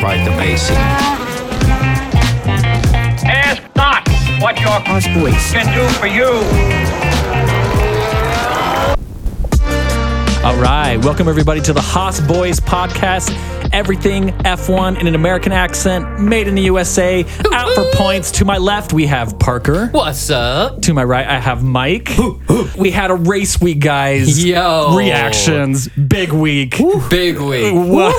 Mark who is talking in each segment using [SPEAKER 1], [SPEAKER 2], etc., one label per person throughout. [SPEAKER 1] fight the basin.
[SPEAKER 2] Ask not what your can do for you.
[SPEAKER 3] All right. Welcome, everybody, to the Haas Boys podcast. Everything F1 in an American accent, made in the USA. Out for points. To my left, we have Parker.
[SPEAKER 4] What's up?
[SPEAKER 3] To my right, I have Mike. We had a race week, guys.
[SPEAKER 4] Yo.
[SPEAKER 3] Reactions. Big week.
[SPEAKER 4] Big week.
[SPEAKER 3] Whoa.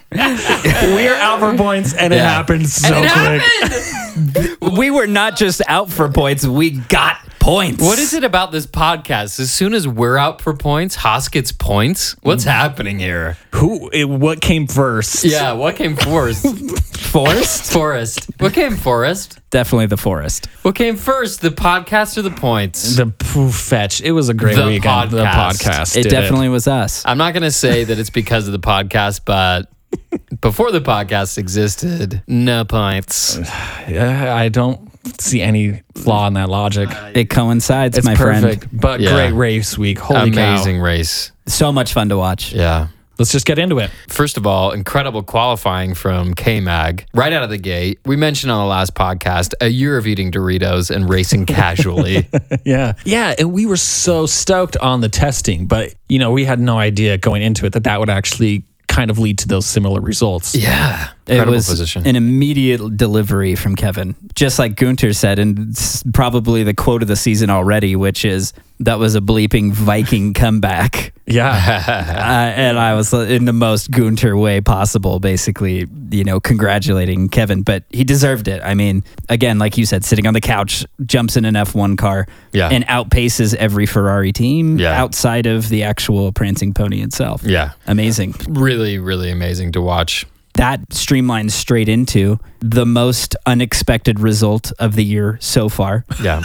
[SPEAKER 3] we are out for points, and it
[SPEAKER 4] Yeah.
[SPEAKER 3] happened so quick.
[SPEAKER 5] We were not just out for points, we got points.
[SPEAKER 4] What is it about this podcast? As soon as we're out for points, Haas gets points.
[SPEAKER 5] Mm.
[SPEAKER 4] What's happening here?
[SPEAKER 3] Who? It, what came first?
[SPEAKER 4] Yeah, what came first?
[SPEAKER 5] Forest?
[SPEAKER 4] Forest. What came first?
[SPEAKER 5] Definitely the forest.
[SPEAKER 4] What came first? The podcast or the points?
[SPEAKER 3] The poof fetch. It was a great
[SPEAKER 4] The
[SPEAKER 3] weekend. The
[SPEAKER 4] podcast.
[SPEAKER 3] podcast.
[SPEAKER 5] It
[SPEAKER 3] did
[SPEAKER 5] definitely was us.
[SPEAKER 4] I'm not going to say that it's because of the podcast, but before the podcast existed, no points.
[SPEAKER 3] Yeah, Uh, I don't see any flaw in that logic.
[SPEAKER 5] It coincides,
[SPEAKER 3] it's
[SPEAKER 5] my
[SPEAKER 3] perfect,
[SPEAKER 5] friend.
[SPEAKER 3] but
[SPEAKER 4] Yeah.
[SPEAKER 3] great race week. Holy
[SPEAKER 4] Amazing
[SPEAKER 3] cow!
[SPEAKER 4] race.
[SPEAKER 5] So much fun to watch.
[SPEAKER 4] Yeah.
[SPEAKER 3] Let's just get into it.
[SPEAKER 4] First of all, incredible qualifying from K Mag right out of the gate. We mentioned on the last podcast a year of eating Doritos and racing casually.
[SPEAKER 3] Yeah, yeah, and we were so stoked on the testing, but you know we had no idea going into it that that would actually kind of lead to those similar results.
[SPEAKER 4] yeah.
[SPEAKER 5] It
[SPEAKER 4] Incredible
[SPEAKER 5] was
[SPEAKER 4] position.
[SPEAKER 5] an immediate delivery from Kevin, just like Gunter said, and it's probably the quote of the season already, which is that was a bleeping Viking comeback.
[SPEAKER 3] Yeah,
[SPEAKER 5] Uh, and I was in the most Gunter way possible, basically, you know, congratulating Kevin, but he deserved it. I mean, again, like you said, sitting on the couch, jumps in an F1 car,
[SPEAKER 4] Yeah.
[SPEAKER 5] and outpaces every Ferrari team
[SPEAKER 4] Yeah.
[SPEAKER 5] outside of the actual prancing pony itself.
[SPEAKER 4] Yeah.
[SPEAKER 5] Amazing.
[SPEAKER 4] Really, really amazing to watch.
[SPEAKER 5] That streamlines straight into the most unexpected result of the year so far,
[SPEAKER 4] Yeah.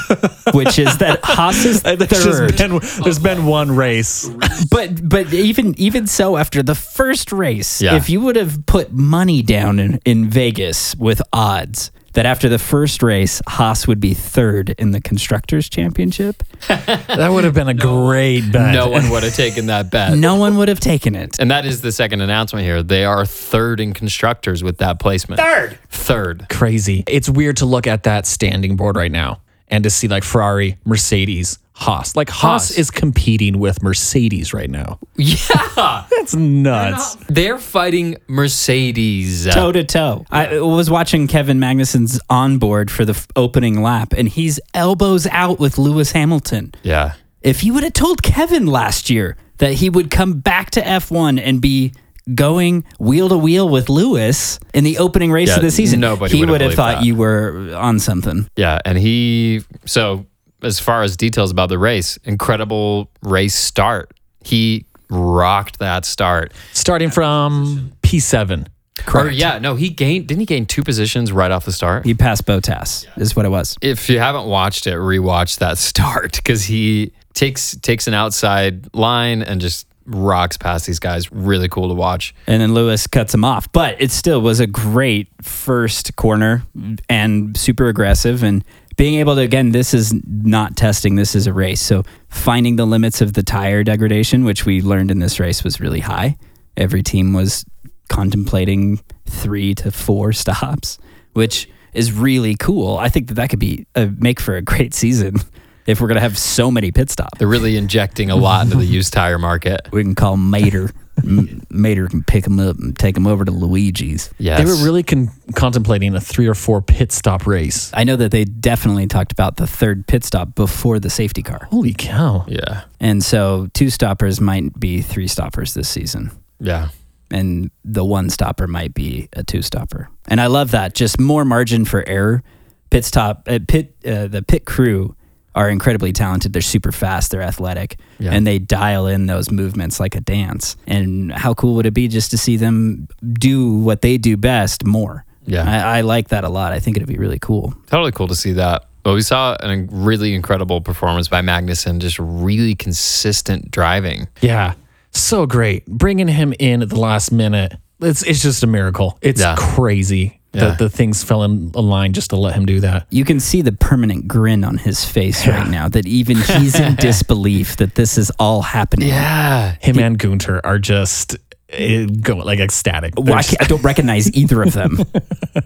[SPEAKER 5] which is that Haas is
[SPEAKER 3] there's
[SPEAKER 5] third.
[SPEAKER 3] been there's been one race.
[SPEAKER 5] but but even even so after the first race
[SPEAKER 4] Yeah.
[SPEAKER 5] if you would have put money down in, in vegas with odds that after the first race haas would be third in the constructors championship
[SPEAKER 3] That would have been a great bet.
[SPEAKER 4] no one would have taken that bet.
[SPEAKER 5] no one would have taken it
[SPEAKER 4] And that is the second announcement here. They are third in constructors with that placement. Third. Third.
[SPEAKER 3] crazy. It's weird to look at that standing board right now and to see like Ferrari, Mercedes, Haas. Like Haas,
[SPEAKER 4] Haas.
[SPEAKER 3] is competing with Mercedes right now.
[SPEAKER 4] Yeah.
[SPEAKER 3] That's nuts.
[SPEAKER 4] They're fighting Mercedes.
[SPEAKER 5] toe to toe. I was watching Kevin Magnuson's onboard for the f- opening lap, and he's elbows out with Lewis Hamilton.
[SPEAKER 4] Yeah.
[SPEAKER 5] If you would have told Kevin last year that he would come back to F1 and be going wheel to wheel with Lewis in the opening race of
[SPEAKER 4] Yeah,
[SPEAKER 5] the season,
[SPEAKER 4] nobody
[SPEAKER 5] he
[SPEAKER 4] would've
[SPEAKER 5] would have
[SPEAKER 4] believed
[SPEAKER 5] thought
[SPEAKER 4] that.
[SPEAKER 5] you were on something.
[SPEAKER 4] Yeah, and he so as far as details about the race, incredible race start. He rocked that start.
[SPEAKER 3] Starting from P7.
[SPEAKER 4] Or Oh, yeah, no, he gained didn't he gain two positions right off the start?
[SPEAKER 5] He passed Botas, is what it was.
[SPEAKER 4] if you haven't watched it, rewatch that start because he takes takes an outside line and just rocks past these guys. Really cool to watch.
[SPEAKER 5] And then Lewis cuts him off, but it still was a great first corner and super aggressive. And being able to, again, this is not testing, this is a race. So finding the limits of the tire degradation, which we learned in this race was really high. Every team was contemplating three to four stops, which is really cool. I think that that could be a make for a great season if we're going to have so many pit stops.
[SPEAKER 4] They're really injecting a lot into the used tire market.
[SPEAKER 5] We can call Mater. M- Mater can pick him up and take him over to Luigi's.
[SPEAKER 4] Yes.
[SPEAKER 3] They were really con- contemplating a three or four pit stop race.
[SPEAKER 5] I know that they definitely talked about the third pit stop before the safety car.
[SPEAKER 3] Holy cow.
[SPEAKER 4] Yeah.
[SPEAKER 5] And so two stoppers might be three stoppers this season.
[SPEAKER 4] Yeah.
[SPEAKER 5] And the one stopper might be a two stopper. And I love that. Just more margin for error. Pit stop, uh, pit, uh, the pit crew are incredibly talented. They're super fast. They're athletic.
[SPEAKER 4] Yeah.
[SPEAKER 5] And they dial in those movements like a dance. And how cool would it be just to see them do what they do best more?
[SPEAKER 4] Yeah.
[SPEAKER 5] I, I like that a lot. I think it'd be really cool.
[SPEAKER 4] Totally cool to see that. But we saw a really incredible performance by Magnuson, just really consistent driving.
[SPEAKER 3] Yeah. So great. Bringing him in at the last minute. It's, it's just a miracle. It's
[SPEAKER 4] Yeah.
[SPEAKER 3] crazy
[SPEAKER 4] Yeah.
[SPEAKER 3] that the things fell in line just to let him do that.
[SPEAKER 5] you can see the permanent grin on his face right now that even he's in disbelief that this is all happening.
[SPEAKER 4] Yeah.
[SPEAKER 3] Him and Gunter are just it go like ecstatic.
[SPEAKER 5] Well, I, can't- I don't recognize either of them.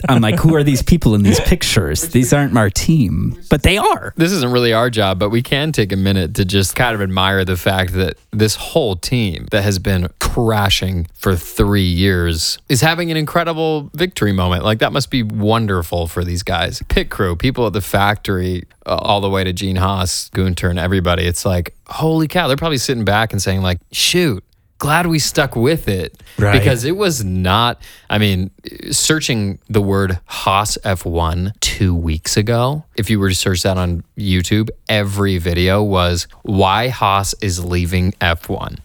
[SPEAKER 5] I'm like, who are these people in these pictures? These aren't our team, but they are.
[SPEAKER 4] this isn't really our job, but we can take a minute to just kind of admire the fact that this whole team that has been crashing for three years is having an incredible victory moment. Like, that must be wonderful for these guys. Pit crew, people at the factory, uh, all the way to Gene Haas, Gunter, and everybody. It's like, holy cow, they're probably sitting back and saying, like, shoot. Glad we stuck with it
[SPEAKER 3] Right.
[SPEAKER 4] because it was not. I mean, searching the word Haas F1 two weeks ago, if you were to search that on YouTube, every video was why Haas is leaving F1.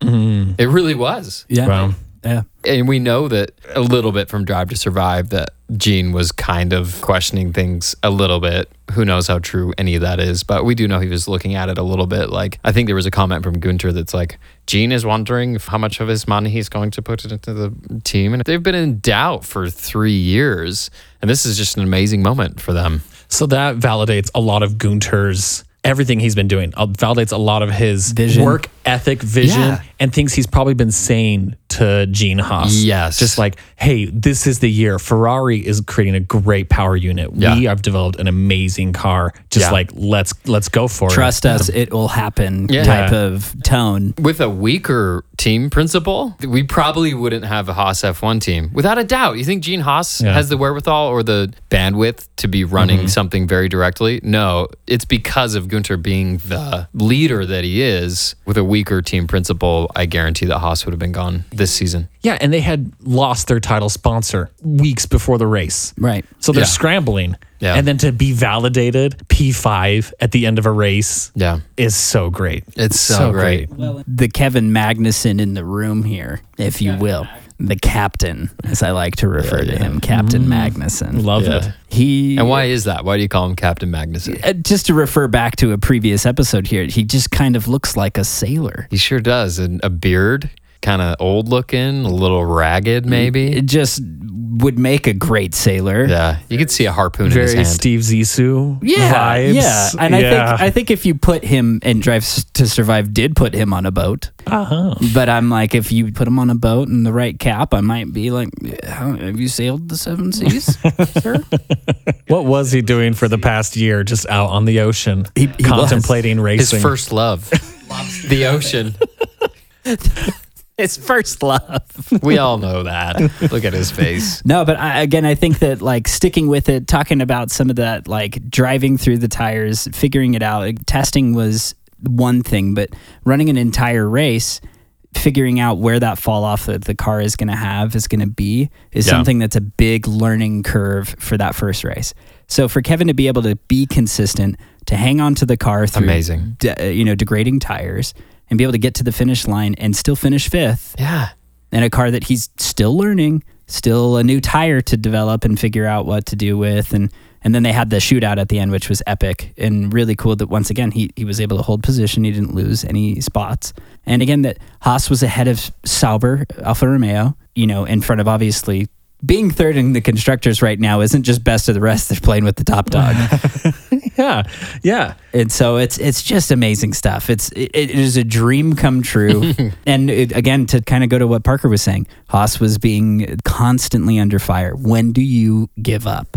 [SPEAKER 4] It really was.
[SPEAKER 5] Yeah.
[SPEAKER 3] Wow.
[SPEAKER 5] Yeah.
[SPEAKER 4] And we know that a little bit from Drive to Survive that Gene was kind of questioning things a little bit. Who knows how true any of that is, but we do know he was looking at it a little bit. Like, I think there was a comment from Gunter that's like, Gene is wondering if how much of his money he's going to put into the team. And they've been in doubt for three years. And this is just an amazing moment for them.
[SPEAKER 3] So that validates a lot of Gunter's everything he's been doing. Uh, Validates a lot of his
[SPEAKER 5] Vision.
[SPEAKER 3] work ethic, vision,
[SPEAKER 4] Yeah.
[SPEAKER 3] and things he's probably been saying to Gene Haas.
[SPEAKER 4] Yes.
[SPEAKER 3] just like, hey, this is the year. Ferrari is creating a great power unit. We
[SPEAKER 4] Yeah.
[SPEAKER 3] have developed an amazing car. Just
[SPEAKER 4] Yeah.
[SPEAKER 3] like let's let's go for it.
[SPEAKER 5] Trust us, it will happen
[SPEAKER 4] Yeah.
[SPEAKER 5] type of tone.
[SPEAKER 4] With a weaker team principal, we probably wouldn't have a Haas F1 team. Without a doubt. You think Gene Haas
[SPEAKER 3] Yeah.
[SPEAKER 4] has the wherewithal or the bandwidth to be running something very directly? No, it's because of Gunter being the leader that he is. With a weaker team principal, I guarantee that Haas would have been gone this season.
[SPEAKER 3] Yeah, and they had lost their title sponsor weeks before the race.
[SPEAKER 5] Right.
[SPEAKER 3] So they're
[SPEAKER 4] Yeah.
[SPEAKER 3] scrambling.
[SPEAKER 4] Yeah.
[SPEAKER 3] And then to be validated P5 at the end of a race
[SPEAKER 4] Yeah.
[SPEAKER 3] is so great.
[SPEAKER 4] It's so, great.
[SPEAKER 5] The Kevin Magnuson in the room here, if you will. The captain, as I like to refer to him, Captain Magnuson.
[SPEAKER 3] Love
[SPEAKER 4] Yeah.
[SPEAKER 3] it.
[SPEAKER 5] He
[SPEAKER 4] Mm-hmm. And why is that? Why do you call him Captain Magnuson?
[SPEAKER 5] uh, just to refer back to a previous episode here, he just kind of looks like a sailor.
[SPEAKER 4] He sure does. And a beard, kind of old looking, a little ragged
[SPEAKER 5] It
[SPEAKER 4] maybe.
[SPEAKER 5] just would make a great sailor.
[SPEAKER 4] Yeah. You could see a harpoon in his
[SPEAKER 3] Very
[SPEAKER 4] hand.
[SPEAKER 3] Steve Zissou
[SPEAKER 5] Yeah,
[SPEAKER 3] vibes.
[SPEAKER 5] yeah, and I
[SPEAKER 3] Yeah.
[SPEAKER 5] think I think if you put him and Drive S- to Survive did put him on a boat,
[SPEAKER 3] uh-huh.
[SPEAKER 5] but I'm like, if you put him on a boat in the right cap, I might be like, "How- have you sailed the seven seas, sir?
[SPEAKER 3] What was he doing for the past year just out on the ocean
[SPEAKER 5] he
[SPEAKER 3] contemplating
[SPEAKER 4] His
[SPEAKER 3] racing?
[SPEAKER 4] first love, the ocean.
[SPEAKER 5] His first love.
[SPEAKER 4] We all know that. Look at his face.
[SPEAKER 5] No, but I, again, I think that like sticking with it, talking about some of that, like driving through the tires, figuring it out, like, testing was one thing, but running an entire race, figuring out where that fall off that the car is going to have is going to be is
[SPEAKER 4] Yeah.
[SPEAKER 5] something that's a big learning curve for that first race. So for Kevin to be able to be consistent, to hang on to the car through
[SPEAKER 4] Amazing.
[SPEAKER 5] de- uh, you know, degrading tires and be able to get to the finish line and still finish fifth
[SPEAKER 4] Yeah.
[SPEAKER 5] in a car that he's still learning, still a new tire to develop and figure out what to do with. And and then they had the shootout at the end, which was epic and really cool that once again he, he was able to hold position. He didn't lose any spots. And again that Haas was ahead of Sauber, Alfa Romeo, you know, in front of obviously being third in the constructors right now isn't just best of the rest. They're playing with the top dog.
[SPEAKER 3] yeah. Yeah.
[SPEAKER 5] And so it's it's just amazing stuff. It's it, it is a dream come true. and it, again, to kind of go to what Parker was saying, Haas was being constantly under fire. When do you give up?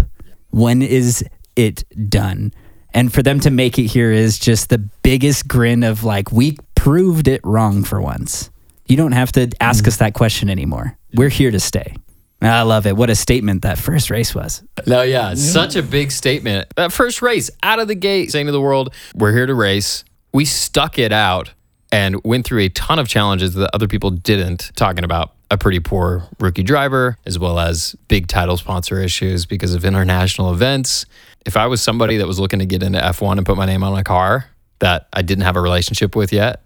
[SPEAKER 5] When is it done? And for them to make it here is just the biggest grin of like we proved it wrong for once. You don't have to ask us that question anymore. We're here to stay. I love it. What a statement that first race was.
[SPEAKER 4] No, yeah. Such a big statement. That first race out of the gate, saying to the world, we're here to race. We stuck it out and went through a ton of challenges that other people didn't, talking about a pretty poor rookie driver, as well as big title sponsor issues because of international events. If I was somebody that was looking to get into F1 and put my name on a car that I didn't have a relationship with yet,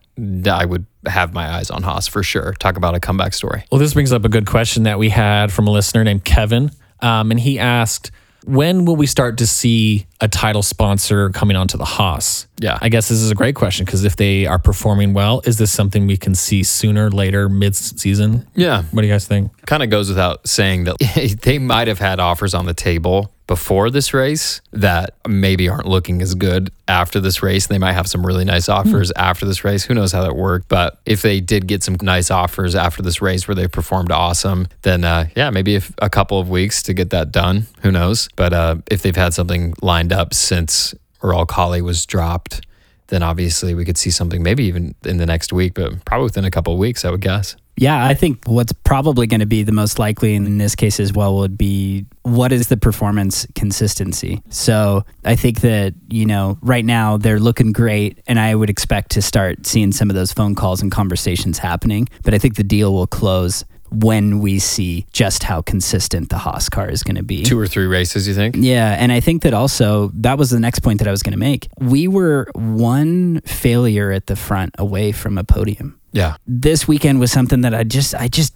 [SPEAKER 4] I would have my eyes on Haas for sure. Talk about a comeback story.
[SPEAKER 3] Well, this brings up a good question that we had from a listener named Kevin. Um, and he asked, when will we start to see a title sponsor coming onto the Haas?
[SPEAKER 4] Yeah.
[SPEAKER 3] I guess this is a great question because if they are performing well, is this something we can see sooner, later, mid season?
[SPEAKER 4] Yeah.
[SPEAKER 3] What do you guys think?
[SPEAKER 4] kind of goes without saying that they might have had offers on the table before this race that maybe aren't looking as good after this race. They might have some really nice offers after this race. Who knows how that worked? But if they did get some nice offers after this race where they performed awesome, then uh, yeah, maybe if a couple of weeks to get that done. Who knows? But uh, if they've had something lined up since Earl Colley was dropped, then obviously we could see something maybe even in the next week, but probably within a couple of weeks, I would guess.
[SPEAKER 5] Yeah, I think what's probably going to be the most likely in this case as well would be what is the performance consistency. So I think that, you know, right now they're looking great, and I would expect to start seeing some of those phone calls and conversations happening. But I think the deal will close when we see just how consistent the Haas car is going to be.
[SPEAKER 4] Two or three races, you think?
[SPEAKER 5] Yeah, and I think that also that was the next point that I was going to make. We were one failure at the front away from a podium.
[SPEAKER 4] Yeah.
[SPEAKER 5] This weekend was something that I just I just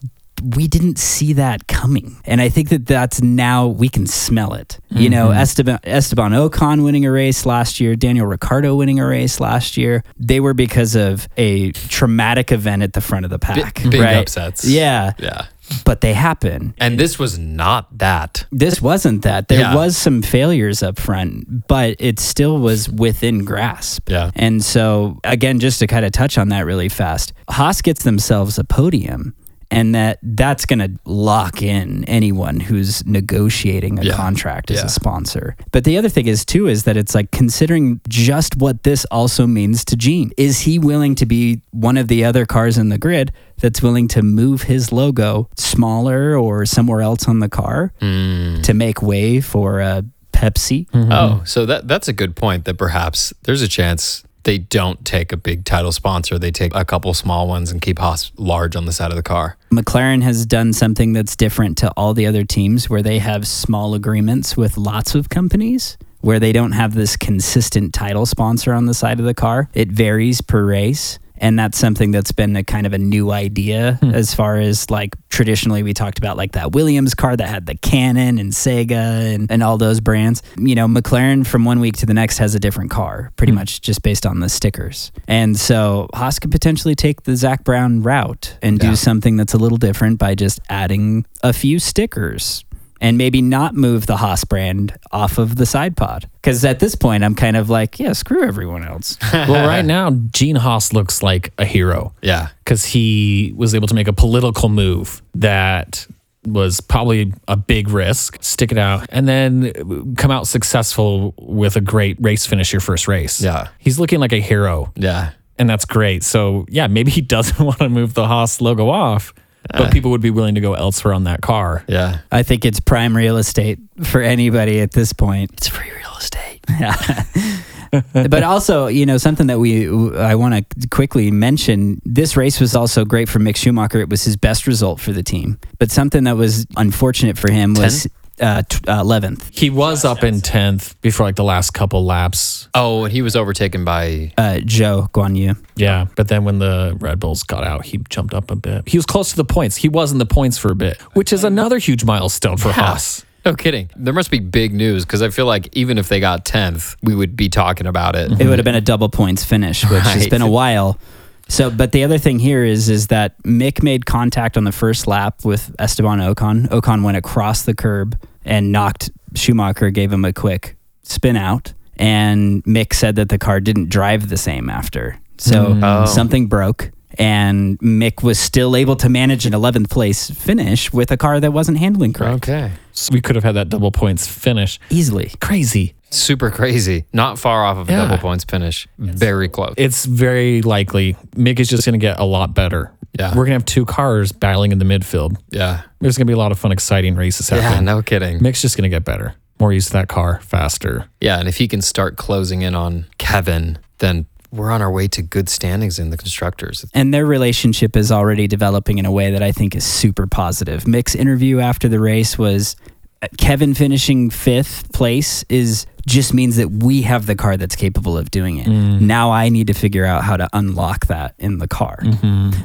[SPEAKER 5] we didn't see that coming. And I think that that's now we can smell it. You know,
[SPEAKER 4] Mm-hmm.
[SPEAKER 5] Esteban, Esteban Ocon winning a race last year, Daniel Ricciardo winning a race last year. They were because of a traumatic event at the front of the pack.
[SPEAKER 4] big
[SPEAKER 5] right?
[SPEAKER 4] upsets.
[SPEAKER 5] Yeah.
[SPEAKER 4] Yeah.
[SPEAKER 5] But they happen
[SPEAKER 4] And this was not that.
[SPEAKER 5] this wasn't that there
[SPEAKER 4] Yeah.
[SPEAKER 5] was some failures up front but it still was within grasp
[SPEAKER 4] Yeah.
[SPEAKER 5] and so again just to kind of touch on that really fast haas gets themselves a podium and that that's going to lock in anyone who's negotiating a
[SPEAKER 4] Yeah.
[SPEAKER 5] contract as
[SPEAKER 4] Yeah.
[SPEAKER 5] a sponsor but the other thing is too is that it's like considering just what this also means to gene is he willing to be one of the other cars in the grid that's willing to move his logo smaller or somewhere else on the car to make way for a Pepsi.
[SPEAKER 4] Oh, so that that's a good point that perhaps there's a chance they don't take a big title sponsor. They take a couple small ones and keep Haas large on the side of the car.
[SPEAKER 5] McLaren has done something that's different to all the other teams where they have small agreements with lots of companies where they don't have this consistent title sponsor on the side of the car. It varies per race. And that's something that's been a kind of a new idea as far as like traditionally we talked about like that Williams car that had the Canon and Sega and, and all those brands. You know, McLaren from one week to the next has a different car, pretty much just based on the stickers. And so Haas could potentially take the Zach Brown route and do something that's a little different by just adding a few stickers and maybe not move the Haas brand off of the side pod. Because at this point, I'm kind of like, yeah, screw everyone else.
[SPEAKER 6] well, right now, Gene Haas looks like a hero.
[SPEAKER 4] Yeah.
[SPEAKER 6] Because he was able to make a political move that was probably a big risk, stick it out, and then come out successful with a great race finish your first race.
[SPEAKER 4] Yeah.
[SPEAKER 6] He's looking like a hero.
[SPEAKER 4] Yeah.
[SPEAKER 6] And that's great. So, yeah, maybe he doesn't want to move the Haas logo off, but people would be willing to go elsewhere on that car.
[SPEAKER 4] Yeah.
[SPEAKER 5] I think it's prime real estate for anybody at this point.
[SPEAKER 4] It's free real estate.
[SPEAKER 5] but also, you know, something that we I want to quickly mention. This race was also great for Mick Schumacher. It was his best result for the team. But something that was unfortunate for him was uh, t- uh, 11th.
[SPEAKER 6] He was up in 10th before like the last couple laps.
[SPEAKER 4] Oh, and he was overtaken by
[SPEAKER 5] Uh, Joe Guan Yu.
[SPEAKER 6] Yeah, but then when the Red Bulls got out, he jumped up a bit. He was close to the points. He was in the points for a bit, which is another huge milestone for Haas.
[SPEAKER 4] No kidding. There must be big news because I feel like even if they got tenth, we would be talking about it.
[SPEAKER 5] It would have been a double points finish, which has
[SPEAKER 4] Right.
[SPEAKER 5] been a while. So, but the other thing here is is that Mick made contact on the first lap with Esteban Ocon. Ocon went across the curb and knocked Schumacher, gave him a quick spin out, and Mick said that the car didn't drive the same after. So something broke, and Mick was still able to manage an 11th place finish with a car that wasn't handling correct
[SPEAKER 4] Okay.
[SPEAKER 6] So we could have had that double points finish.
[SPEAKER 5] easily.
[SPEAKER 6] Crazy.
[SPEAKER 4] Super crazy. Not far off of a
[SPEAKER 6] Yeah.
[SPEAKER 4] double points finish. Very close.
[SPEAKER 6] It's very likely Mick is just going to get a lot better.
[SPEAKER 4] Yeah.
[SPEAKER 6] We're going to have two cars battling in the midfield.
[SPEAKER 4] yeah.
[SPEAKER 6] There's going to be a lot of fun, exciting races
[SPEAKER 4] Yeah.
[SPEAKER 6] happening.
[SPEAKER 4] No kidding.
[SPEAKER 6] Mick's just going to get better, more used to that car, faster.
[SPEAKER 4] Yeah, and if he can start closing in on Kevin, then we're on our way to good standings in the constructors.
[SPEAKER 5] and their relationship is already developing in a way that I think is super positive. Mick's interview after the race was uh, Kevin finishing fifth place is just means that we have the car that's capable of doing it. Now I need to figure out how to unlock that in the car.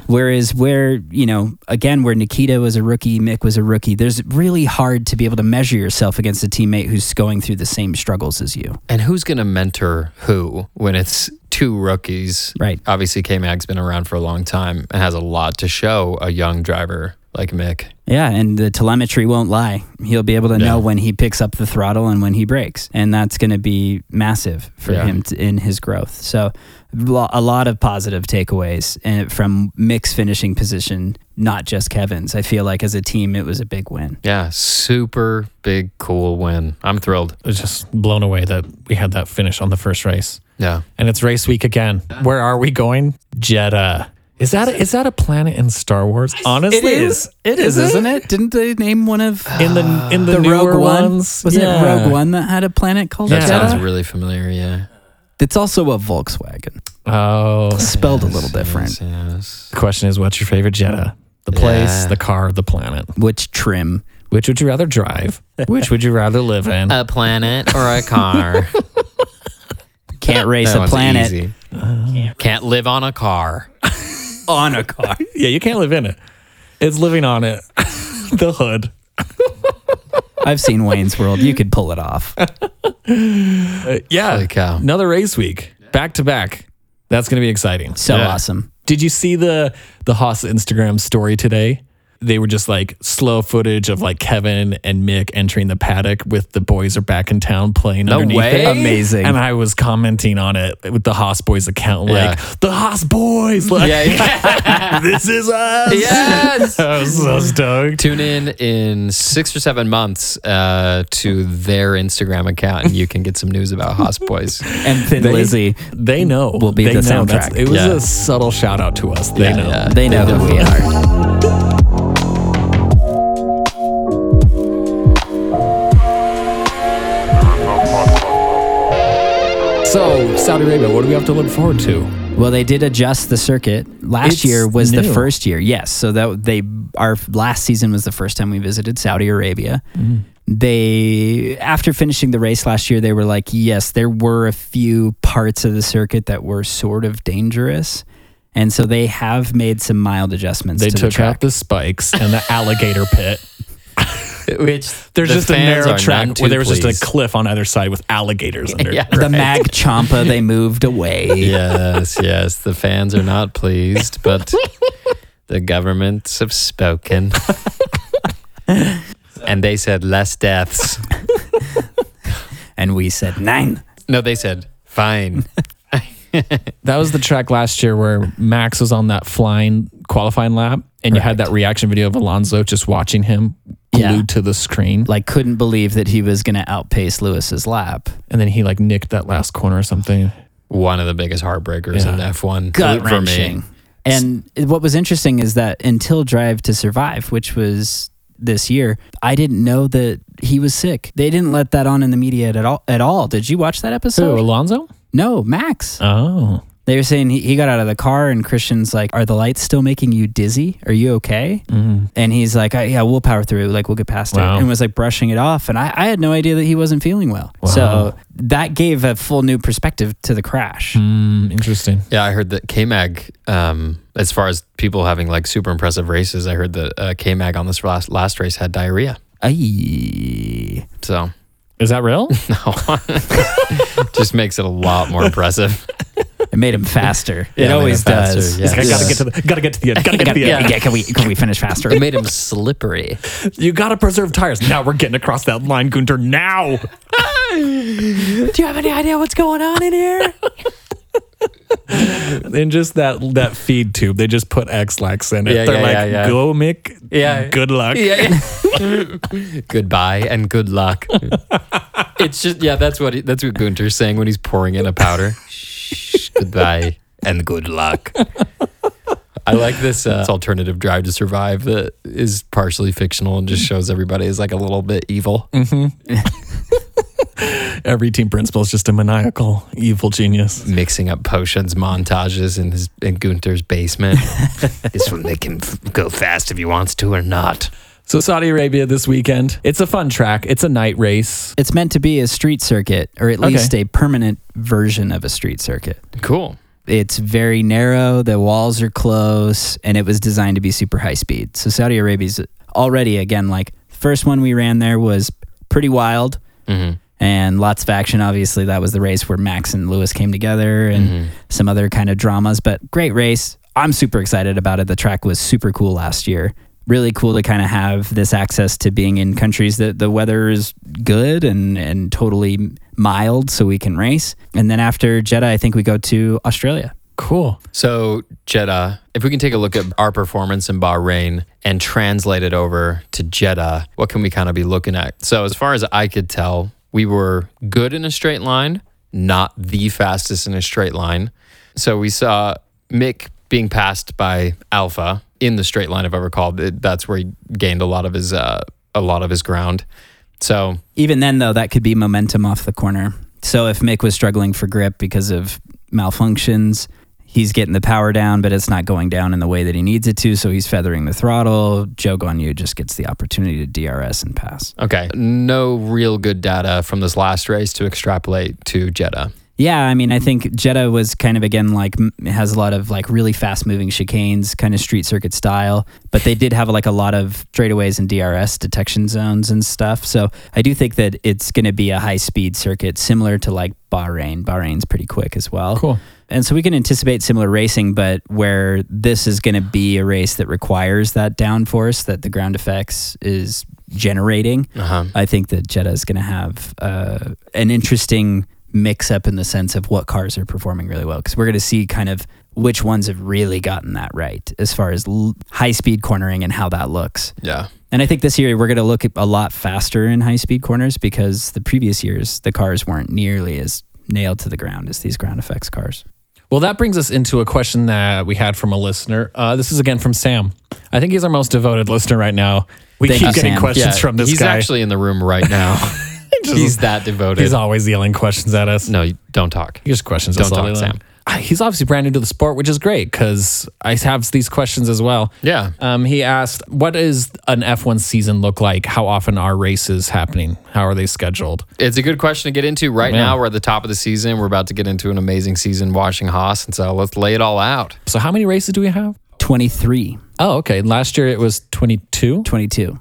[SPEAKER 5] Whereas where, you know, again, where Nikita was a rookie, Mick was a rookie, there's really hard to be able to measure yourself against a teammate who's going through the same struggles as you.
[SPEAKER 4] And who's going to mentor who when it's two rookies?
[SPEAKER 5] Right.
[SPEAKER 4] Obviously, K Mag's been around for a long time and has a lot to show a young driver like Mick.
[SPEAKER 5] Yeah, and the telemetry won't lie. He'll be able to know when he picks up the throttle and when he brakes, and that's going to be massive for
[SPEAKER 4] Yeah.
[SPEAKER 5] him to, in his growth. So, lo- a lot of positive takeaways and from Mick's finishing position, not just Kevin's. I feel like as a team, it was a big win.
[SPEAKER 4] Yeah, super big, cool win. I'm thrilled.
[SPEAKER 3] I was just blown away that we had that finish on the first race.
[SPEAKER 4] Yeah.
[SPEAKER 3] And it's race week again. Where are we going? Jeddah. Is that is that a planet in Star Wars? Honestly,
[SPEAKER 5] It is, isn't it? Didn't they name one of
[SPEAKER 3] In the in the,
[SPEAKER 5] the
[SPEAKER 3] newer
[SPEAKER 5] Rogue One?
[SPEAKER 3] ones,
[SPEAKER 5] Was
[SPEAKER 3] Yeah.
[SPEAKER 5] it Rogue One that had a planet called
[SPEAKER 3] That
[SPEAKER 4] That
[SPEAKER 5] Jeddah?
[SPEAKER 4] sounds really familiar. Yeah.
[SPEAKER 5] It's also a Volkswagen,
[SPEAKER 3] Oh,
[SPEAKER 5] spelled a little
[SPEAKER 4] Yes,
[SPEAKER 5] different.
[SPEAKER 4] yes, yes.
[SPEAKER 3] the question is, what's your favorite Jeddah? The place,
[SPEAKER 4] Yeah.
[SPEAKER 3] the car, the planet.
[SPEAKER 5] Which trim?
[SPEAKER 3] Which would you rather drive? Which would you rather live in?
[SPEAKER 4] A planet or a car?
[SPEAKER 5] Can't race
[SPEAKER 4] That
[SPEAKER 5] a
[SPEAKER 4] one's
[SPEAKER 5] planet
[SPEAKER 4] easy. Can't live on a car.
[SPEAKER 5] on a car.
[SPEAKER 3] yeah, you can't live in it. It's living on it. the hood.
[SPEAKER 5] I've seen Wayne's World. You could pull it off.
[SPEAKER 3] Uh, yeah.
[SPEAKER 4] Holy cow.
[SPEAKER 3] Another race week. Back to back. That's going to be exciting.
[SPEAKER 5] So
[SPEAKER 4] Yeah.
[SPEAKER 5] awesome.
[SPEAKER 3] Did you see the the Haas Instagram story today? They were just like slow footage of like Kevin and Mick entering the paddock with the boys are back in town playing
[SPEAKER 4] No
[SPEAKER 3] underneath
[SPEAKER 4] way.
[SPEAKER 3] it.
[SPEAKER 5] Amazing.
[SPEAKER 3] And I was commenting on it with the Haas boys account, like
[SPEAKER 4] Yeah.
[SPEAKER 3] the Haas boys, like
[SPEAKER 4] Yeah,
[SPEAKER 3] this is us.
[SPEAKER 4] Yes.
[SPEAKER 3] I was so stoked.
[SPEAKER 4] Tune in in six or seven months uh, to their Instagram account, and you can get some news about Haas Boys.
[SPEAKER 5] And Thin
[SPEAKER 3] They-
[SPEAKER 5] Lizzy.
[SPEAKER 3] They know.
[SPEAKER 5] Will be
[SPEAKER 3] they
[SPEAKER 5] the
[SPEAKER 3] know. That's-
[SPEAKER 5] soundtrack.
[SPEAKER 3] It was
[SPEAKER 4] Yeah.
[SPEAKER 3] a subtle shout out to us. They know.
[SPEAKER 4] yeah.
[SPEAKER 5] They know who we are.
[SPEAKER 3] So Saudi Arabia, what do we have to look forward to?
[SPEAKER 5] Well, they did adjust the circuit. Last
[SPEAKER 3] It's
[SPEAKER 5] year was the
[SPEAKER 3] new.
[SPEAKER 5] first year. Yes, so that they our last season was the first time we visited Saudi Arabia.
[SPEAKER 3] Mm-hmm.
[SPEAKER 5] They after finishing the race last year, they were like, "Yes, there were a few parts of the circuit that were sort of dangerous." And so they have made some mild adjustments
[SPEAKER 3] They
[SPEAKER 5] to the
[SPEAKER 3] took
[SPEAKER 5] track.
[SPEAKER 3] out the spikes and the alligator pit.
[SPEAKER 4] Which
[SPEAKER 3] There's
[SPEAKER 4] the
[SPEAKER 3] just a
[SPEAKER 4] fans are
[SPEAKER 3] narrow
[SPEAKER 4] not
[SPEAKER 3] track
[SPEAKER 4] too
[SPEAKER 3] where there was just
[SPEAKER 4] pleased.
[SPEAKER 3] a cliff on either side with alligators under.
[SPEAKER 4] Yeah.
[SPEAKER 5] the Mag Champa they moved away.
[SPEAKER 4] yes, yes. The fans are not pleased, but the governments have spoken. and they said less deaths.
[SPEAKER 5] And we said, nine.
[SPEAKER 4] No, they said fine.
[SPEAKER 3] That was the track last year where Max was on that flying qualifying lap, and you had that reaction video of Alonso just watching him glued
[SPEAKER 5] Yeah.
[SPEAKER 3] to the screen,
[SPEAKER 5] like couldn't believe that he was going to outpace Lewis's lap.
[SPEAKER 3] and then he like nicked that last corner or something.
[SPEAKER 4] One of the biggest heartbreakers in
[SPEAKER 3] Yeah.
[SPEAKER 4] F1
[SPEAKER 5] Gut
[SPEAKER 4] for
[SPEAKER 5] wrenching.
[SPEAKER 4] me.
[SPEAKER 5] And what was interesting is that until Drive to Survive, which was this year, I didn't know that he was sick. They didn't let that on in the media at all. At all. Did you watch that
[SPEAKER 3] Who,
[SPEAKER 5] episode?
[SPEAKER 3] Alonso?
[SPEAKER 5] No, Max.
[SPEAKER 3] Oh,
[SPEAKER 5] They were saying he, he got out of the car, and Christian's like, "Are the lights still making you dizzy? Are you okay?" And he's like, I, "Yeah, we'll power through. Like, we'll get past
[SPEAKER 3] Wow.
[SPEAKER 5] it." And was like brushing it off. And I, I had no idea that he wasn't feeling well. So that gave a full new perspective to the crash.
[SPEAKER 3] mm, interesting.
[SPEAKER 4] Yeah, I heard that K-Mag, um, as far as people having like super impressive races, I heard that uh, K-Mag on this last, last race had diarrhea.
[SPEAKER 5] Aye.
[SPEAKER 4] So
[SPEAKER 3] Is that real?
[SPEAKER 4] just makes it a lot more impressive.
[SPEAKER 5] It made him faster.
[SPEAKER 4] Yeah,
[SPEAKER 5] it
[SPEAKER 4] made
[SPEAKER 5] always
[SPEAKER 4] him faster,
[SPEAKER 5] does.
[SPEAKER 4] yeah. He's like,
[SPEAKER 3] I gotta
[SPEAKER 4] Yeah.
[SPEAKER 3] get to the gotta get to the end. Gotta get to
[SPEAKER 5] Gotta-
[SPEAKER 3] the
[SPEAKER 5] yeah,
[SPEAKER 3] end.
[SPEAKER 5] can we can we finish faster?
[SPEAKER 4] It made him slippery.
[SPEAKER 3] You gotta preserve tires. Now we're getting across that line, Gunter. Now.
[SPEAKER 5] Do you have any idea what's going on in here?
[SPEAKER 3] And just that that feed tube, they just put X lax in it.
[SPEAKER 4] Yeah,
[SPEAKER 3] They're
[SPEAKER 4] yeah,
[SPEAKER 3] like,
[SPEAKER 4] yeah, yeah.
[SPEAKER 3] go Mick.
[SPEAKER 4] Yeah.
[SPEAKER 3] Good luck.
[SPEAKER 4] Goodbye and good luck. it's just yeah, that's what he, that's what Gunter's saying when he's pouring in a powder. Shh, goodbye and good luck. I like this uh, alternative drive to survive that is partially fictional and just shows everybody is like a little bit evil.
[SPEAKER 3] Every team principal is just a maniacal, evil genius.
[SPEAKER 4] mixing up potions montages in his in Gunther's basement. this will make him f- go fast if he wants to or not.
[SPEAKER 3] So Saudi Arabia this weekend. It's a fun track. It's a night race.
[SPEAKER 5] It's meant to be a street circuit, or at least
[SPEAKER 3] Okay.
[SPEAKER 5] a permanent version of a street circuit.
[SPEAKER 4] Cool.
[SPEAKER 5] It's very narrow, the walls are close, and it was designed to be super high speed. So Saudi Arabia's already again like first one we ran there was pretty wild and lots of action obviously that was the race where Max and Lewis came together and some other kind of dramas, but great race. I'm super excited about it. The track was super cool last year. really cool to kind of have this access to being in countries that the weather is good and, and totally mild so we can race. And then after Jeddah, I think we go to Australia.
[SPEAKER 3] Cool.
[SPEAKER 4] So, Jeddah, if we can take a look at our performance in Bahrain and translate it over to Jeddah, what can we kind of be looking at? So, as far as I could tell, we were good in a straight line, not the fastest in a straight line. So, we saw Mick being passed by Alpha in the straight line, if I recall. Th- That's where he gained a lot of his uh, a lot of his ground. So,
[SPEAKER 5] Even then, though, that could be momentum off the corner. So if Mick was struggling for grip because of malfunctions, he's getting the power down, but it's not going down in the way that he needs it to. So he's feathering the throttle. Joe Gonyu just gets the opportunity to DRS and pass.
[SPEAKER 4] okay, no real good data from this last race to extrapolate to Jeddah.
[SPEAKER 5] Yeah, I mean, I think Jeddah was kind of again like m- has a lot of like really fast moving chicanes, kind of street circuit style. But they did have like a lot of straightaways and DRS detection zones and stuff. So I do think that it's going to be a high speed circuit, similar to like Bahrain. Bahrain's pretty quick as well.
[SPEAKER 3] Cool.
[SPEAKER 5] And so we can anticipate similar racing, but where this is going to be a race that requires that downforce that the ground effects is generating,
[SPEAKER 4] Uh-huh.
[SPEAKER 5] I think that Jetta is going to have uh, an interesting mix up in the sense of what cars are performing really well. Because we're going to see kind of which ones have really gotten that right as far as l- high speed cornering and how that looks.
[SPEAKER 4] Yeah.
[SPEAKER 5] And I think this year we're going to look a lot faster in high speed corners because the previous years the cars weren't nearly as nailed to the ground as these ground effects cars.
[SPEAKER 3] Well, that brings us into a question that we had from a listener. Uh, this is again from Sam. I think he's our most devoted listener right now. We
[SPEAKER 5] Thank
[SPEAKER 3] keep
[SPEAKER 5] you,
[SPEAKER 3] getting
[SPEAKER 5] Sam.
[SPEAKER 3] questions from this
[SPEAKER 4] he's
[SPEAKER 3] guy.
[SPEAKER 4] actually in the room right now. he's that devoted.
[SPEAKER 3] he's always yelling questions at us.
[SPEAKER 4] no, you- don't talk.
[SPEAKER 3] He just questions
[SPEAKER 4] Don't
[SPEAKER 3] us all
[SPEAKER 4] talk,
[SPEAKER 3] day long.
[SPEAKER 4] Sam.
[SPEAKER 3] Uh, He's obviously brand new to the sport, which is great because I have these questions as well.
[SPEAKER 4] Yeah.
[SPEAKER 3] Um, he asked, "What is an F1 season look like? How often are races happening? How are they scheduled?"
[SPEAKER 4] It's a good question to get into. Right now, we're at the top of the season. We're about to get into an amazing season watching Haas. And so let's lay it all out.
[SPEAKER 3] So, how many races do we have?
[SPEAKER 5] 23,
[SPEAKER 3] Oh, okay. Last year it was twenty-two.
[SPEAKER 5] 22.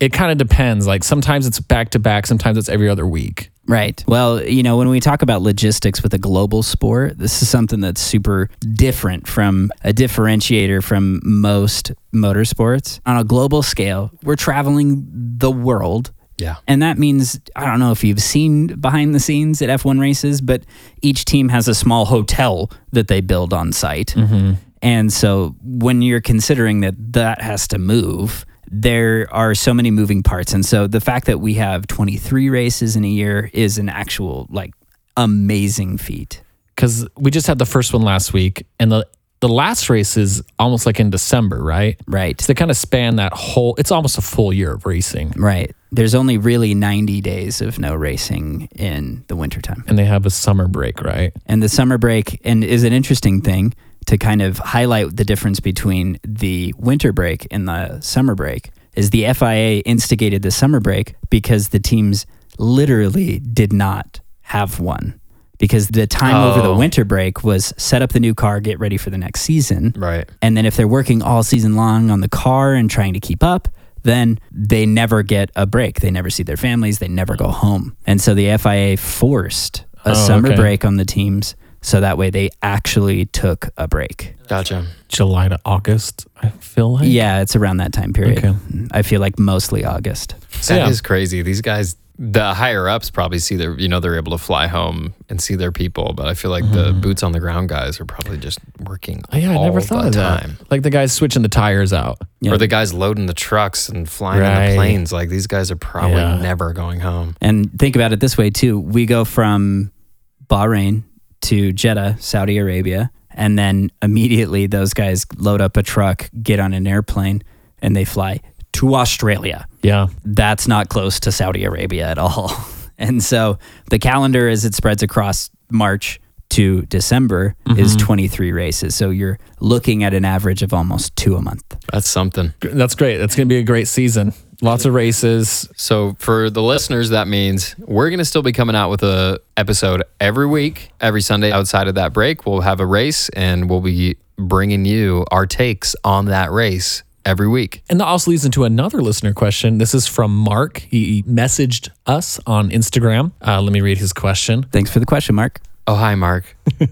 [SPEAKER 3] It kind of depends. Like sometimes it's back to back, sometimes it's every other week.
[SPEAKER 5] Right. Well, you know, when we talk about logistics with a global sport, this is something that's super different from a differentiator from most motorsports. On a global scale, we're traveling the world.
[SPEAKER 4] Yeah.
[SPEAKER 5] And that means, I don't know if you've seen behind the scenes at F1 races, but each team has a small hotel that they build on site. And so when you're considering that that has to move, there are so many moving parts. And so the fact that we have 23 races in a year is an actual, like, amazing feat.
[SPEAKER 3] Because we just had the first one last week, and the the last race is almost like in December, right?
[SPEAKER 5] Right.
[SPEAKER 3] So they kind of span that whole. It's almost a full year of racing.
[SPEAKER 5] Right. There's only really 90 days of no racing in the wintertime.
[SPEAKER 3] and they have a summer break, right?
[SPEAKER 5] And the summer break and is an interesting thing to kind of highlight the difference between the winter break and the summer break is the FIA instigated the summer break because the teams literally did not have one because the time over the
[SPEAKER 4] Oh.
[SPEAKER 5] winter break was set up the new car, get ready for the next season.
[SPEAKER 4] Right.
[SPEAKER 5] And then if they're working all season long on the car and trying to keep up, then they never get a break. They never see their families. They never go home. And so the FIA forced a summer
[SPEAKER 3] Oh, okay.
[SPEAKER 5] break on the teams so that way they actually took a break.
[SPEAKER 4] Gotcha.
[SPEAKER 3] July to August, I feel like.
[SPEAKER 5] Yeah, it's around that time period.
[SPEAKER 3] Okay.
[SPEAKER 5] I feel like mostly August.
[SPEAKER 4] That is
[SPEAKER 3] yeah.
[SPEAKER 4] crazy. These guys, the higher ups probably see their, you know, they're able to fly home and see their people. But I feel like the boots on the ground guys are probably just working
[SPEAKER 3] Mm-hmm. Oh, yeah, I
[SPEAKER 4] all
[SPEAKER 3] never thought
[SPEAKER 4] the
[SPEAKER 3] of that.
[SPEAKER 4] time.
[SPEAKER 3] Like the guys switching the tires out.
[SPEAKER 5] Yeah.
[SPEAKER 4] Or the guys loading the trucks and flying on
[SPEAKER 3] Right.
[SPEAKER 4] the planes. Like these guys are probably
[SPEAKER 3] Yeah.
[SPEAKER 4] never going home.
[SPEAKER 5] And think about it this way too. We go from Bahrain to Jeddah, Saudi Arabia, and then immediately those guys load up a truck, get on an airplane, and they fly to Australia.
[SPEAKER 3] Yeah.
[SPEAKER 5] That's not close to Saudi Arabia at all. And so the calendar as it spreads across March to December is 23 races. So you're looking at an average of almost 2 a month.
[SPEAKER 4] That's something.
[SPEAKER 3] That's great. That's going to be a great season. Lots of races.
[SPEAKER 4] So for the listeners, that means we're going to still be coming out with a episode every week, every Sunday. Outside of that break, we'll have a race, and we'll be bringing you our takes on that race every week.
[SPEAKER 3] And that also leads into another listener question. This is from Mark. He messaged us on Instagram. Uh, let me read his question.
[SPEAKER 5] Thanks for the question, Mark.
[SPEAKER 4] Oh, hi, Mark.
[SPEAKER 3] He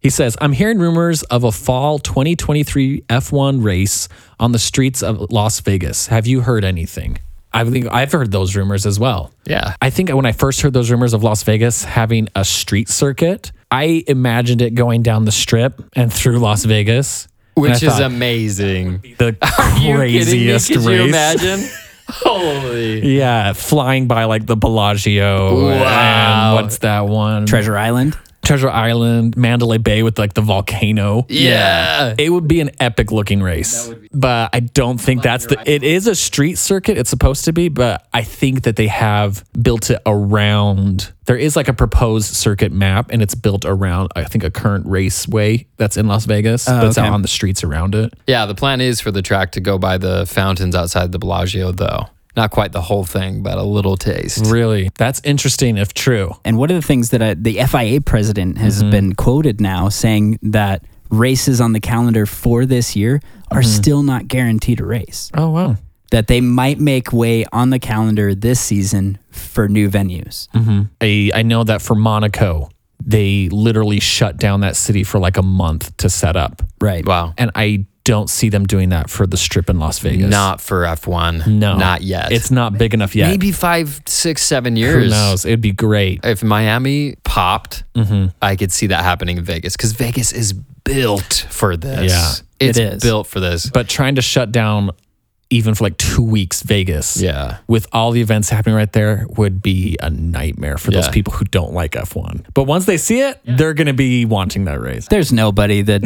[SPEAKER 3] He says, I'm hearing rumors of a fall 2023 F1 race on the streets of Las Vegas. Have you heard anything? I think I've heard those rumors as well.
[SPEAKER 4] Yeah.
[SPEAKER 3] I think when I first heard those rumors of Las Vegas having a street circuit, I imagined it going down the strip and through Las Vegas. And I
[SPEAKER 4] Which is
[SPEAKER 3] thought,
[SPEAKER 4] amazing.
[SPEAKER 3] the craziest
[SPEAKER 4] you kidding me? Could
[SPEAKER 3] race.
[SPEAKER 4] you imagine? Holy.
[SPEAKER 3] Yeah, flying by like the Bellagio. and
[SPEAKER 4] Wow.
[SPEAKER 3] what's that one?
[SPEAKER 5] Treasure Island.
[SPEAKER 3] Treasure Island, Mandalay Bay with like the volcano.
[SPEAKER 4] Yeah.
[SPEAKER 3] It would be an epic looking race. But I don't think that's the it is a street circuit it's supposed to be, but I think that they have built it around there is like a proposed circuit map and it's built around I think a current raceway that's in Las Vegas that's out on the streets around it.
[SPEAKER 4] Yeah, the plan is for the track to go by the fountains outside the Bellagio, though. Not quite the whole thing, but a little taste.
[SPEAKER 3] Really? That's interesting if true.
[SPEAKER 5] And one of the things that I, the FIA president has
[SPEAKER 3] Mm-hmm.
[SPEAKER 5] been quoted now saying that races on the calendar for this year are
[SPEAKER 3] Mm-hmm.
[SPEAKER 5] still not guaranteed a race,
[SPEAKER 3] Oh wow.
[SPEAKER 5] that they might make way on the calendar this season for new venues.
[SPEAKER 3] Mm-hmm. I, I know that for Monaco, they literally shut down that city for like a month to set up.
[SPEAKER 5] Right.
[SPEAKER 4] Wow.
[SPEAKER 3] And I don't see them doing that for the strip in Las Vegas.
[SPEAKER 4] Not for F1.
[SPEAKER 3] no.
[SPEAKER 4] Not yet.
[SPEAKER 3] It's not big enough yet.
[SPEAKER 4] maybe five, six, seven
[SPEAKER 3] Who
[SPEAKER 4] years.
[SPEAKER 3] knows? It'd be great.
[SPEAKER 4] If Miami popped, I could see that happening in Vegas because Vegas is built for this.
[SPEAKER 3] Yeah,
[SPEAKER 4] It's
[SPEAKER 5] it is.
[SPEAKER 4] built for this.
[SPEAKER 3] But trying to shut down even for like two weeks Vegas.
[SPEAKER 4] Yeah.
[SPEAKER 3] With all the events happening right there would be a nightmare for those
[SPEAKER 4] Yeah.
[SPEAKER 3] people who don't like F1. But once they see it, they're going to be wanting that race.
[SPEAKER 5] There's nobody that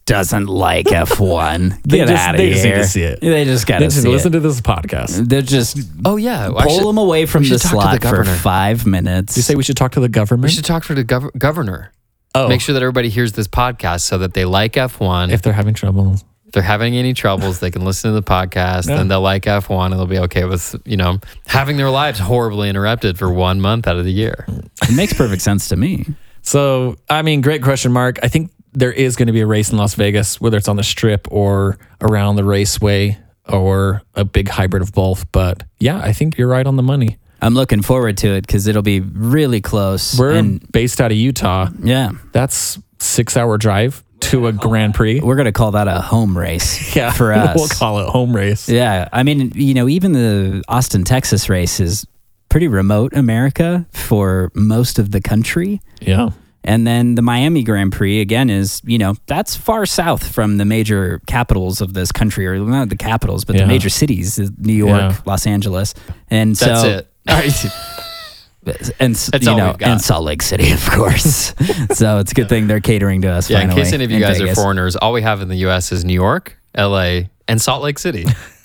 [SPEAKER 5] doesn't like F1. Get
[SPEAKER 3] just-
[SPEAKER 5] out of
[SPEAKER 3] they
[SPEAKER 5] here.
[SPEAKER 3] just need to see it.
[SPEAKER 5] They just got
[SPEAKER 3] They
[SPEAKER 5] to
[SPEAKER 3] should
[SPEAKER 5] see
[SPEAKER 3] listen to
[SPEAKER 5] it.
[SPEAKER 3] this podcast.
[SPEAKER 5] They're just
[SPEAKER 4] oh, yeah. I
[SPEAKER 5] pull
[SPEAKER 4] should-
[SPEAKER 5] them away from
[SPEAKER 4] we should
[SPEAKER 5] the
[SPEAKER 4] talk to
[SPEAKER 5] slot for
[SPEAKER 4] governor.
[SPEAKER 5] five minutes.
[SPEAKER 3] You say we should talk to the government?
[SPEAKER 4] We should talk to the gov- governor.
[SPEAKER 3] oh,
[SPEAKER 4] Make sure that everybody hears this podcast so that they like F1.
[SPEAKER 3] if they're having trouble.
[SPEAKER 4] if they're having any troubles, they can listen to the podcast and they'll like F1 and they'll be okay with, you know, having their lives horribly interrupted for one month out of the year.
[SPEAKER 5] it makes perfect sense to me.
[SPEAKER 3] So, I mean, great question, Mark. I think there is going to be a race in Las Vegas, whether it's on the strip or around the raceway or a big hybrid of both. But yeah, I think you're right on the money.
[SPEAKER 5] I'm looking forward to it because it'll be really close.
[SPEAKER 3] We're
[SPEAKER 5] and
[SPEAKER 3] based out of Utah.
[SPEAKER 5] yeah,
[SPEAKER 3] That's six hour drive to a Grand Prix.
[SPEAKER 5] we're gonna call that a home race.
[SPEAKER 3] Yeah,
[SPEAKER 5] for us.
[SPEAKER 3] we'll call it home race.
[SPEAKER 5] yeah, I mean, you know, even the Austin, Texas race is pretty remote America for most of the country.
[SPEAKER 3] Yeah,
[SPEAKER 5] And then the Miami Grand Prix again is, you know, that's far south from the major capitals of this country, or not the capitals, but
[SPEAKER 3] Yeah.
[SPEAKER 5] the major cities, uh, New York,
[SPEAKER 3] Yeah.
[SPEAKER 5] Los Angeles, and
[SPEAKER 4] That's
[SPEAKER 5] so
[SPEAKER 4] it. All right.
[SPEAKER 5] and
[SPEAKER 4] That's
[SPEAKER 5] you
[SPEAKER 4] all
[SPEAKER 5] know,
[SPEAKER 4] we've got.
[SPEAKER 5] and Salt Lake City, of course. so it's a good thing they're catering to us.
[SPEAKER 4] Yeah, in
[SPEAKER 5] finally,
[SPEAKER 4] case any of you
[SPEAKER 5] in
[SPEAKER 4] guys
[SPEAKER 5] Vegas.
[SPEAKER 4] are foreigners, all we have in the US is New York, LA, and Salt Lake City.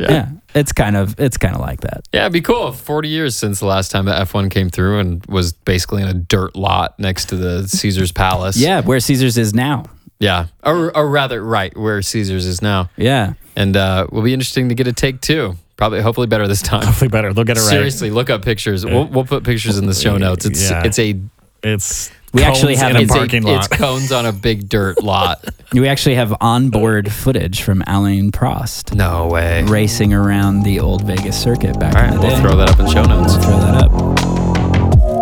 [SPEAKER 5] yeah, it's kind of it's kind of like that.
[SPEAKER 4] yeah, it'd be cool. 40 years since the last time that F1 came through and was basically in a dirt lot next to the Caesars Palace.
[SPEAKER 5] Yeah, where Caesars is now.
[SPEAKER 4] Yeah. Or, or rather, right, where Caesars is now.
[SPEAKER 5] Yeah,
[SPEAKER 4] And uh, will be interesting to get a take too. Probably, hopefully, better this time.
[SPEAKER 3] hopefully better. They'll get it right.
[SPEAKER 4] Seriously, look up pictures. We'll, we'll put pictures in the show notes. It's
[SPEAKER 3] Yeah.
[SPEAKER 4] it's a
[SPEAKER 3] It's
[SPEAKER 5] We actually
[SPEAKER 3] cones
[SPEAKER 5] have
[SPEAKER 3] in a
[SPEAKER 5] it's
[SPEAKER 4] it's
[SPEAKER 3] parking
[SPEAKER 4] a,
[SPEAKER 3] lot.
[SPEAKER 4] It's cones on a big dirt lot.
[SPEAKER 5] we actually have onboard footage from Alain Prost
[SPEAKER 4] No way.
[SPEAKER 5] racing around the old Vegas circuit back
[SPEAKER 4] All right,
[SPEAKER 5] in the day.
[SPEAKER 4] we'll throw that up in show notes.
[SPEAKER 5] Throw that up.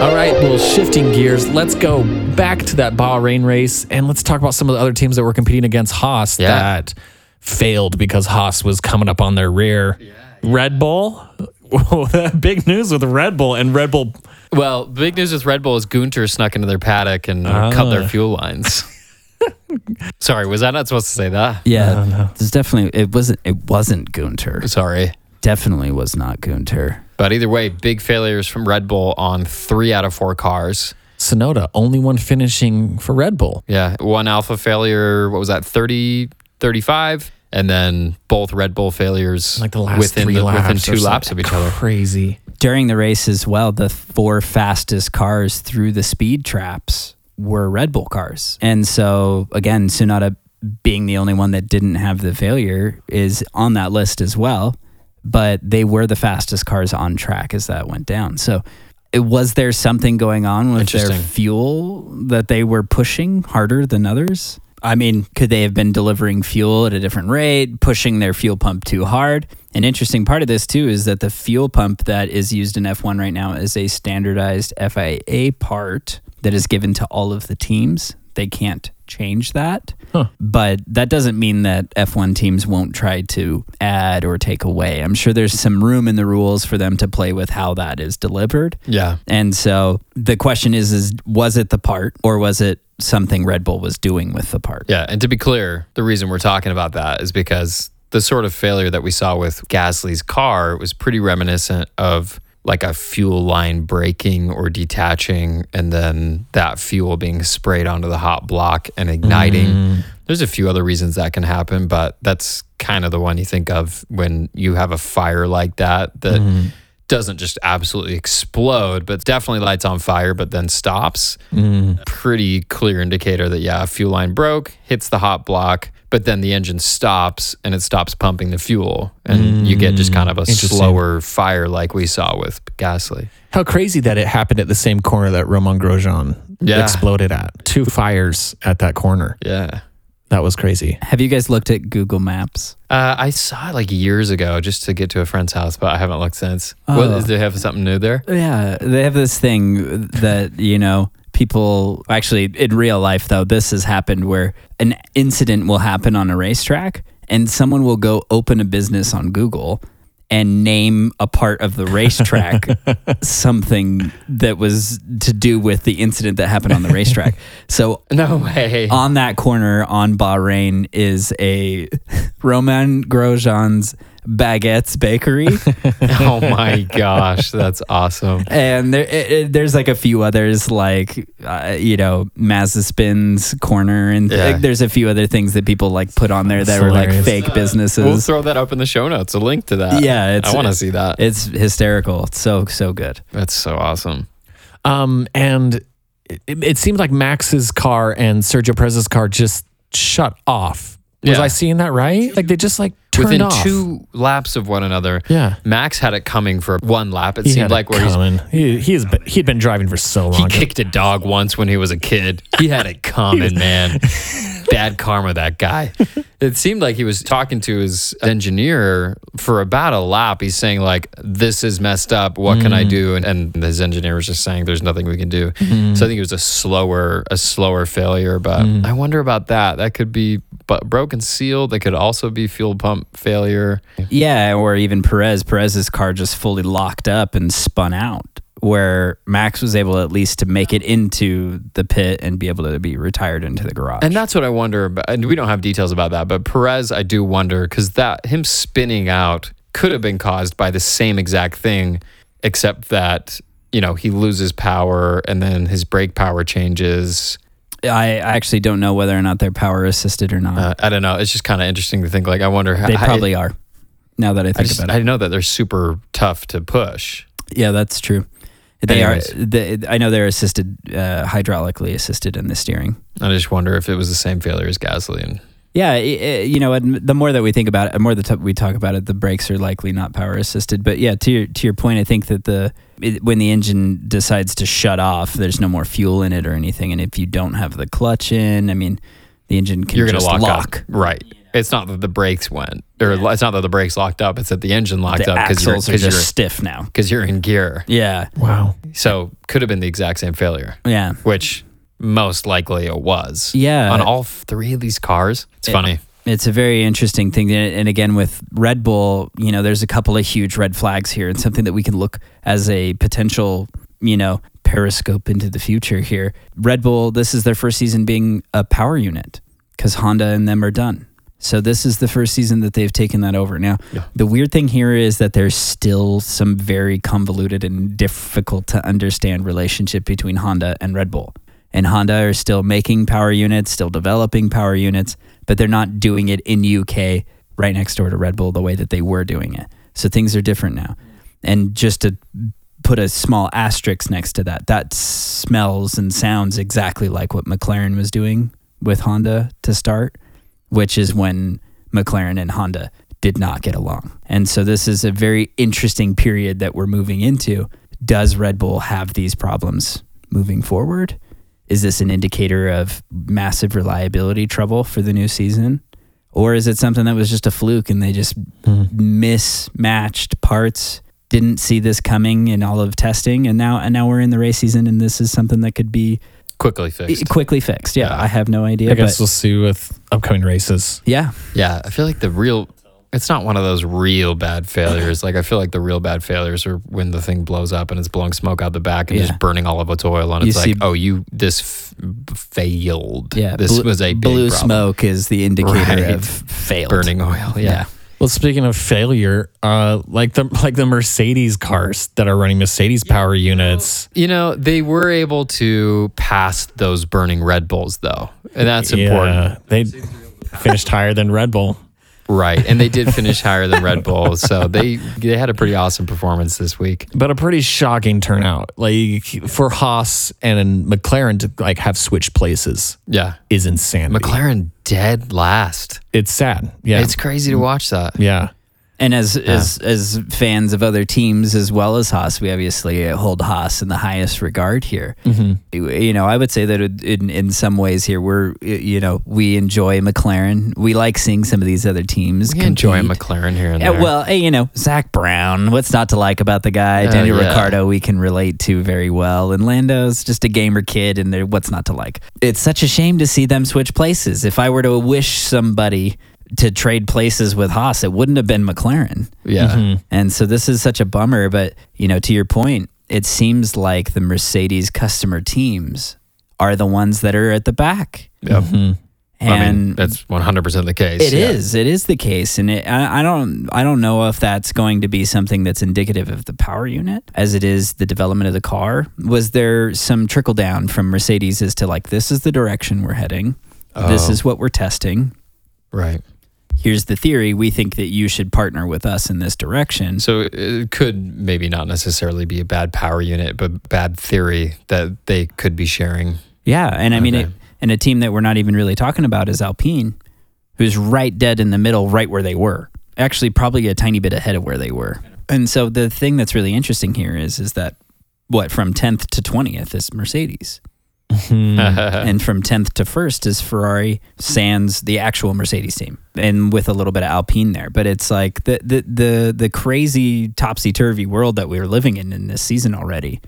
[SPEAKER 3] All right, well, shifting gears, let's go back to that Bahrain race and let's talk about some of the other teams that were competing against Haas
[SPEAKER 4] Yeah.
[SPEAKER 3] that failed because Haas was coming up on their rear. Red Bull, Well, big news with Red Bull and Red Bull.
[SPEAKER 4] Well, the big news with Red Bull is Gunter snuck into their paddock and
[SPEAKER 3] Ah.
[SPEAKER 4] uh, cut their fuel lines. Sorry, was I not supposed to say that?
[SPEAKER 5] Yeah, there's definitely it wasn't it wasn't Gunter.
[SPEAKER 4] Sorry.
[SPEAKER 5] Definitely was not Gunter.
[SPEAKER 4] But either way, big failures from Red Bull on three out of four cars.
[SPEAKER 3] Sonoda, only one finishing for Red Bull.
[SPEAKER 4] Yeah, one alpha failure, what was that, 30, 35? And then both Red Bull failures
[SPEAKER 3] Like the last
[SPEAKER 4] within,
[SPEAKER 3] three
[SPEAKER 4] the-
[SPEAKER 3] laps.
[SPEAKER 4] within
[SPEAKER 3] or
[SPEAKER 4] two laps of
[SPEAKER 3] something.
[SPEAKER 4] each other.
[SPEAKER 3] Crazy.
[SPEAKER 5] During the race as well, the four fastest cars through the speed traps were Red Bull cars. And so again, Tsunoda being the only one that didn't have the failure is on that list as well. But they were the fastest cars on track as that went down. So it- was there something going on with their
[SPEAKER 4] Interesting.
[SPEAKER 5] fuel that they were pushing harder than others? I mean, could they have been delivering fuel at a different rate, pushing their fuel pump too hard? An interesting part of this, too, is that the fuel pump that is used in F1 right now is a standardized FIA part that is given to all of the teams. They can't change that. But that doesn't mean that F1 teams won't try to add or take away. I'm sure there's some room in the rules for them to play with how that is delivered.
[SPEAKER 4] Yeah.
[SPEAKER 5] And so the question is is was it the part or was it something Red Bull was doing with the part?
[SPEAKER 4] Yeah, and to be clear, the reason we're talking about that is because the sort of failure that we saw with Gasly's car was pretty reminiscent of like a fuel line breaking or detaching and then that fuel being sprayed onto the hot block and igniting. There's a few other reasons that can happen, but that's kind of the one you think of when you have a fire like that that doesn't just absolutely explode, but definitely lights on fire, but then stops
[SPEAKER 5] Mm.
[SPEAKER 4] pretty clear indicator that yeah, a fuel line broke, hits the hot block, but then the engine stops and it stops pumping the fuel, and you get just kind of
[SPEAKER 5] Mm,
[SPEAKER 4] a slower fire like we saw with Gasly.
[SPEAKER 3] How crazy that it happened at the same corner that Roman Grosjean
[SPEAKER 4] Yeah.
[SPEAKER 3] exploded at. Two fires at that corner.
[SPEAKER 4] Yeah,
[SPEAKER 3] That was crazy.
[SPEAKER 5] Have you guys looked at Google Maps?
[SPEAKER 4] uh, I saw it like years ago just to get to a friend's house, but I haven't looked since. What
[SPEAKER 5] Oh.
[SPEAKER 4] is they have something new there?
[SPEAKER 5] Yeah, they have this thing that, you know, people actually in real life though, this has happened where an incident will happen on a racetrack and someone will go open a business on Google and name a part of the racetrack something that was to do with the incident that happened on the racetrack. So
[SPEAKER 4] No way.
[SPEAKER 5] on that corner on Bahrain is a Roman Grosjean's Baguettes Bakery.
[SPEAKER 4] oh my gosh, that's awesome.
[SPEAKER 5] and there, it, it- there's like a few others, like uh, you know, Mazaspin's Corner, and
[SPEAKER 4] Yeah.
[SPEAKER 5] like, there's a few other things that people like put on there that were like
[SPEAKER 3] hilarious.
[SPEAKER 5] fake
[SPEAKER 4] Uh, We'll
[SPEAKER 5] businesses.
[SPEAKER 4] throw that up in the show notes. A link to that.
[SPEAKER 5] Yeah, it's-
[SPEAKER 4] I want to see that.
[SPEAKER 5] it's hysterical. It's so so good.
[SPEAKER 4] that's so awesome.
[SPEAKER 3] Um, and it, it seemed like Max's car and Sergio Perez's car just shut off. Was
[SPEAKER 4] Yeah.
[SPEAKER 3] I seeing that right? Like they just like turned
[SPEAKER 4] Within
[SPEAKER 3] off.
[SPEAKER 4] two laps of one another,
[SPEAKER 3] Yeah.
[SPEAKER 4] Max had it coming for one lap. It
[SPEAKER 3] he
[SPEAKER 4] seemed
[SPEAKER 3] had
[SPEAKER 4] like
[SPEAKER 3] like
[SPEAKER 4] where he's
[SPEAKER 3] coming. He he has been, he'd been driving for so long.
[SPEAKER 4] He kicked a dog once when he was a kid. He had it coming, man. Bad karma, that guy. It seemed like he was talking to his engineer for about a lap. He's saying like, "This is messed up. What can
[SPEAKER 3] Mm.
[SPEAKER 4] I do?" And, and his engineer was just saying, "There's nothing we can do."
[SPEAKER 3] Mm.
[SPEAKER 4] So I think it was a slower, a slower failure. But I wonder about that. That could be bu- broken seal. That could also be fuel pump failure.
[SPEAKER 5] Yeah, or even Perez. Perez's car just fully locked up and spun out, where Max was able at least to make it into the pit and be able to be retired into the garage.
[SPEAKER 4] And that's what I wonder about. And we don't have details about that, but Perez, I do wonder because that him spinning out could have been caused by the same exact thing, except that you know he loses power and then his brake power changes.
[SPEAKER 5] I actually don't know whether or not they're power assisted or not.
[SPEAKER 4] Uh, I don't know. It's just kind of interesting to think. Like I wonder how
[SPEAKER 5] they probably are. Now that I
[SPEAKER 4] I,
[SPEAKER 5] think
[SPEAKER 4] just,
[SPEAKER 5] about it.
[SPEAKER 4] I know that they're super tough to push.
[SPEAKER 5] Yeah, that's true. They
[SPEAKER 4] Anyways.
[SPEAKER 5] are. They, I know they're assisted, uh, hydraulically assisted in the steering.
[SPEAKER 4] I just wonder if it was the same failure as gasoline.
[SPEAKER 5] Yeah, i i you know, and the more that we think about it, the more that we talk about it, the brakes are likely not power assisted. But yeah, to your to your point, I think that the it, when the engine decides to shut off, there's no more fuel in it or anything, and if you don't have the clutch in, I mean, the engine can
[SPEAKER 4] You're gonna
[SPEAKER 5] just
[SPEAKER 4] lock,
[SPEAKER 5] lock.
[SPEAKER 4] up, right? It's not that the brakes went, or it's not that the brakes locked up. It's that the engine locked
[SPEAKER 5] The
[SPEAKER 4] up because you're
[SPEAKER 5] axles are
[SPEAKER 4] because
[SPEAKER 5] just
[SPEAKER 4] you're
[SPEAKER 5] stiff now.
[SPEAKER 4] because you're in gear.
[SPEAKER 5] Yeah,
[SPEAKER 3] Wow.
[SPEAKER 4] So could have been the exact same failure,
[SPEAKER 5] yeah.
[SPEAKER 4] which most likely it was.
[SPEAKER 5] Yeah.
[SPEAKER 4] On all three of these cars. It's funny.
[SPEAKER 5] It's a very interesting thing. And and again, with Red Bull, you know, there's a couple of huge red flags here and something that we can look as a potential, you know, periscope into the future here. Red Bull, this is their first season being a power unit because Honda and them are done. So this is the first season that they've taken that over. Now, the weird thing here is that there's still some very convoluted and difficult to understand relationship between Honda and Red Bull and Honda are still making power units, still developing power units, but they're not doing it in UK right next door to Red Bull the way that they were doing it. So things are different now. And just to put a small asterisk next to that, that smells and sounds exactly like what McLaren was doing with Honda to start, which is when McLaren and Honda did not get along. And so this is a very interesting period that we're moving into. Does Red Bull have these problems moving forward? is this an indicator of massive reliability trouble for the new season? Or is it something that was just a fluke and they just Mm-hmm. mismatched parts, didn't see this coming in all of testing, and now and now we're in the race season and this is something that could be
[SPEAKER 4] Quickly fixed.
[SPEAKER 5] quickly fixed. Yeah, I have no idea.
[SPEAKER 3] I guess
[SPEAKER 5] but
[SPEAKER 3] we'll see with upcoming races.
[SPEAKER 5] yeah,
[SPEAKER 4] Yeah, I feel like the real. It's not one of those real bad failures. Like I feel like the real bad failures are when the thing blows up and it's blowing smoke out the back and
[SPEAKER 5] Yeah.
[SPEAKER 4] just burning all of its oil. And
[SPEAKER 5] You
[SPEAKER 4] it's
[SPEAKER 5] see-
[SPEAKER 4] like, oh, you this f- failed.
[SPEAKER 5] yeah.
[SPEAKER 4] this
[SPEAKER 5] blue,
[SPEAKER 4] was a big
[SPEAKER 5] blue
[SPEAKER 4] problem.
[SPEAKER 5] smoke is the indicator
[SPEAKER 4] Right.
[SPEAKER 5] of failed.
[SPEAKER 4] burning oil. Yeah.
[SPEAKER 5] Yeah.
[SPEAKER 3] Well, speaking of failure, uh, like the like the Mercedes cars that are running Mercedes power units.
[SPEAKER 4] You know, they were able to pass those burning Red Bulls though, and that's important,
[SPEAKER 3] Yeah, they finished higher than Red Bull.
[SPEAKER 4] right? And they did finish higher than Red Bull, so they they had a pretty awesome performance this week.
[SPEAKER 3] but a pretty shocking turnout. Like for Haas and McLaren to like have switched places
[SPEAKER 4] Yeah,
[SPEAKER 3] is insanity.
[SPEAKER 4] McLaren dead last.
[SPEAKER 3] It's sad. Yeah.
[SPEAKER 4] It's crazy to watch that.
[SPEAKER 3] yeah.
[SPEAKER 5] And as as as fans of other teams as well as Haas, we obviously hold Haas in the highest regard here.
[SPEAKER 4] Mm-hmm.
[SPEAKER 5] You- You know, I would say that in in some ways here we're you know we enjoy McLaren. We like seeing some of these other teams.
[SPEAKER 4] We enjoy
[SPEAKER 5] compete.
[SPEAKER 4] McLaren here and
[SPEAKER 5] Yeah,
[SPEAKER 4] there.
[SPEAKER 5] well, hey, you know Zach Brown. What's not to like about the guy?
[SPEAKER 4] Oh,
[SPEAKER 5] Daniel
[SPEAKER 4] yeah.
[SPEAKER 5] Ricciardo, we can relate to very well, and Lando's just a gamer kid, and there- what's not to like? It's such a shame to see them switch places. If I were to wish somebody to trade places with Haas, it wouldn't have been McLaren.
[SPEAKER 4] yeah.
[SPEAKER 3] Mm-hmm.
[SPEAKER 5] And so this is such a bummer. But, you know, to your point, it seems like the Mercedes customer teams are the ones that are at the back.
[SPEAKER 4] Yep.
[SPEAKER 3] Mm-hmm.
[SPEAKER 4] I
[SPEAKER 5] And
[SPEAKER 4] mean, that's 100% the case.
[SPEAKER 5] it is.
[SPEAKER 4] yeah.
[SPEAKER 5] It is the case, and it, I, I don't. I don't know if that's going to be something that's indicative of the power unit, as it is the development of the car. Was there some trickle down from Mercedes as to like this is the direction we're heading, this
[SPEAKER 4] Oh.
[SPEAKER 5] is what we're testing.
[SPEAKER 4] Right.
[SPEAKER 5] Here's the theory. We think that you should partner with us in this direction.
[SPEAKER 4] So it could maybe not necessarily be a bad power unit, but bad theory that they could be sharing.
[SPEAKER 5] Yeah, and I mean,
[SPEAKER 4] Okay.
[SPEAKER 5] it, and a team that we're not even really talking about is Alpine, who's right dead in the middle, right where they were. Actually, probably a tiny bit ahead of where they were. And so the thing that's really interesting here is is that what from tenth to twentieth is Mercedes, and from tenth to first is Ferrari, sans the actual Mercedes team, and with a little bit of Alpine there. But it's like the the the, the crazy topsy turvy world that we are living in in this season already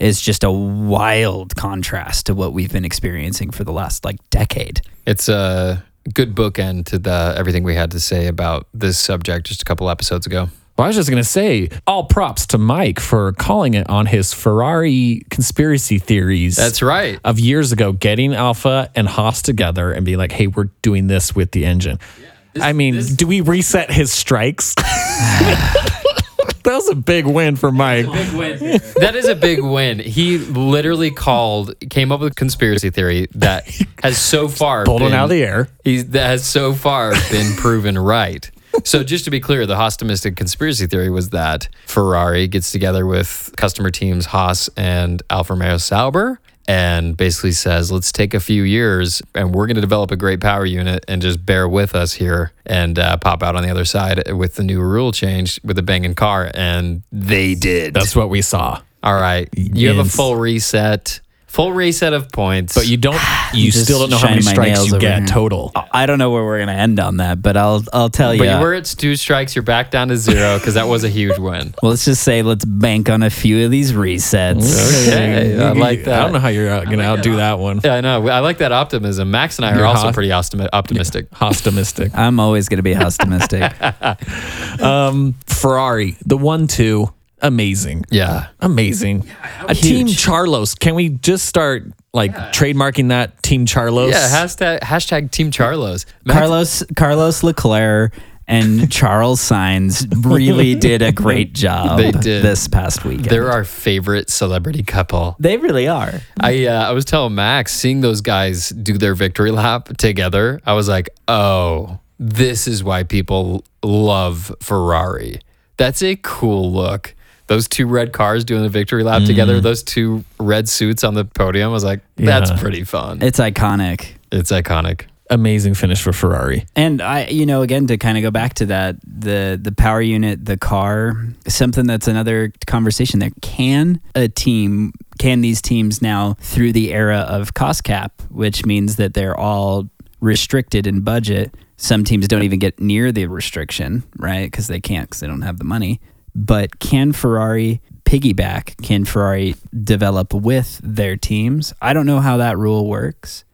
[SPEAKER 5] is just a wild contrast to what we've been experiencing for the last like decade.
[SPEAKER 4] It's a good bookend to the everything we had to say about this subject just a couple episodes ago.
[SPEAKER 3] Well, I was just going to say all props to Mike for calling it on his Ferrari conspiracy theories.
[SPEAKER 4] That's right.
[SPEAKER 3] Of years ago, getting Alpha and Haas together and being like, hey, we're doing this with the engine. I mean, do we reset his strikes? that was a big win for Mike.
[SPEAKER 4] That is a big win. He literally called, came up with a conspiracy theory that has so far
[SPEAKER 3] Pulled one
[SPEAKER 4] been-
[SPEAKER 3] out of the air.
[SPEAKER 4] He's, that has so far been proven right. So just to be clear, the Hostomistic conspiracy theory was that Ferrari gets together with customer teams Haas and Alfa Romeo Sauber and basically says, let's take a few years and we're going to develop a great power unit and just bear with us here and uh, pop out on the other side with the new rule change with a banging car. And they did.
[SPEAKER 3] That's what we saw.
[SPEAKER 4] All right. You have a
[SPEAKER 5] Yes.
[SPEAKER 4] full reset, full reset of points.
[SPEAKER 3] But you don't. You
[SPEAKER 5] Just
[SPEAKER 3] still don't know how many
[SPEAKER 5] shine my
[SPEAKER 3] strikes
[SPEAKER 5] nails
[SPEAKER 3] you
[SPEAKER 5] over
[SPEAKER 3] get
[SPEAKER 5] here. Oh.
[SPEAKER 3] total.
[SPEAKER 5] I don't know where we're gonna end on that, but I'll I'll tell
[SPEAKER 4] But
[SPEAKER 5] you.
[SPEAKER 4] you were at two strikes. You're back down to zero because that was a huge win.
[SPEAKER 5] well, let's just say let's bank on a few of these resets.
[SPEAKER 4] Okay, I like that.
[SPEAKER 3] I don't know how you're uh, gonna outdo that one.
[SPEAKER 4] Yeah, I know. I like that optimism. Max and I are
[SPEAKER 3] You're
[SPEAKER 4] also
[SPEAKER 3] hot.
[SPEAKER 4] pretty optimi- optimistic.
[SPEAKER 3] Hostomistic.
[SPEAKER 5] I'm always gonna be optimistic.
[SPEAKER 3] Ferrari, the one-two, amazing.
[SPEAKER 4] Yeah.
[SPEAKER 3] amazing. A team Charlos. Can we just start like trademarking that team Charlos?
[SPEAKER 4] Yeah. Hashtag hashtag Team Charlos. Max,
[SPEAKER 5] Carlos Carlos Leclerc and Charles Sainz really did a great job.
[SPEAKER 4] They did.
[SPEAKER 5] this past weekend.
[SPEAKER 4] they're our favorite celebrity couple.
[SPEAKER 5] they really are.
[SPEAKER 4] I uh, I was telling Max, seeing those guys do their victory lap together, I was like, oh, this is why people love Ferrari. That's a cool look. Those two red cars doing the victory lap together, those two red suits on the podium. I was like, that's pretty fun.
[SPEAKER 5] It's iconic.
[SPEAKER 4] It's iconic.
[SPEAKER 3] amazing finish for Ferrari.
[SPEAKER 5] And I, you know, again to kind of go back to that, the the power unit, the car, something that's another conversation there. Can a team, can these teams now through the era of cost cap, which means that they're all restricted in budget. Some teams don't even get near the restriction, right? Because they can't, because they don't have the money. But can Ferrari piggyback? Can Ferrari develop with their teams? I don't know how that rule works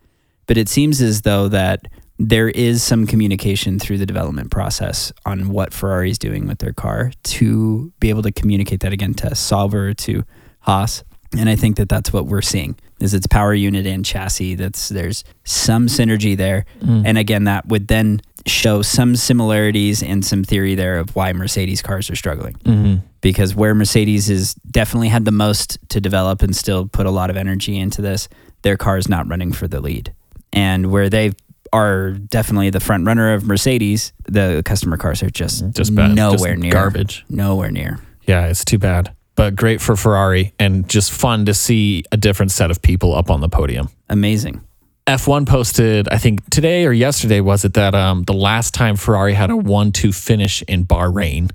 [SPEAKER 5] but it seems as though that there is some communication through the development process on what Ferrari is doing with their car to be able to communicate that again to Sauber to Haas. And I think that that's what we're seeing is its power unit and chassis. That's there's some synergy there, and again that would then show some similarities and some theory there of why Mercedes cars are struggling because where Mercedes is definitely had the most to develop and still put a lot of energy into this, their car is not running for the lead. And where they are definitely the front runner of Mercedes, the customer cars are just,
[SPEAKER 3] Mm-hmm. Just bad. Just
[SPEAKER 5] nowhere near
[SPEAKER 3] garbage.
[SPEAKER 5] Nowhere near.
[SPEAKER 3] Yeah, it's too bad, but great for Ferrari and just fun to see a different set of people up on the podium.
[SPEAKER 5] Amazing.
[SPEAKER 3] F1 posted, I think today or yesterday was it that um, the last time Ferrari had a one-two finish in Bahrain,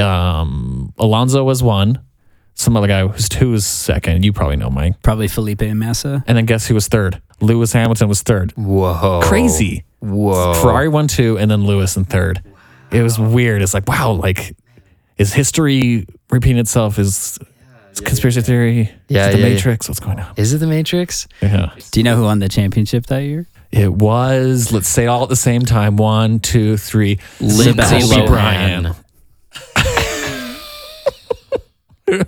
[SPEAKER 3] um, Alonso was one, some other guy who's who was second. You probably know Mike.
[SPEAKER 5] Probably Felipe and Massa.
[SPEAKER 3] And then guess who was third? Lewis Hamilton was third.
[SPEAKER 4] Whoa.
[SPEAKER 3] Crazy.
[SPEAKER 4] Whoa.
[SPEAKER 3] Ferrari won two, and then Lewis in third. It was weird. It's like wow, like is history repeating itself? Is it's conspiracy theory?
[SPEAKER 4] Yeah,
[SPEAKER 3] is it the
[SPEAKER 4] yeah, yeah.
[SPEAKER 3] Matrix? What's going on?
[SPEAKER 4] Is it the Matrix?
[SPEAKER 3] Yeah.
[SPEAKER 5] Do you know who won the championship that year?
[SPEAKER 3] It was. Let's say it all at the same time. One, two, three.
[SPEAKER 5] Sebastian
[SPEAKER 3] Lindsay Bryan.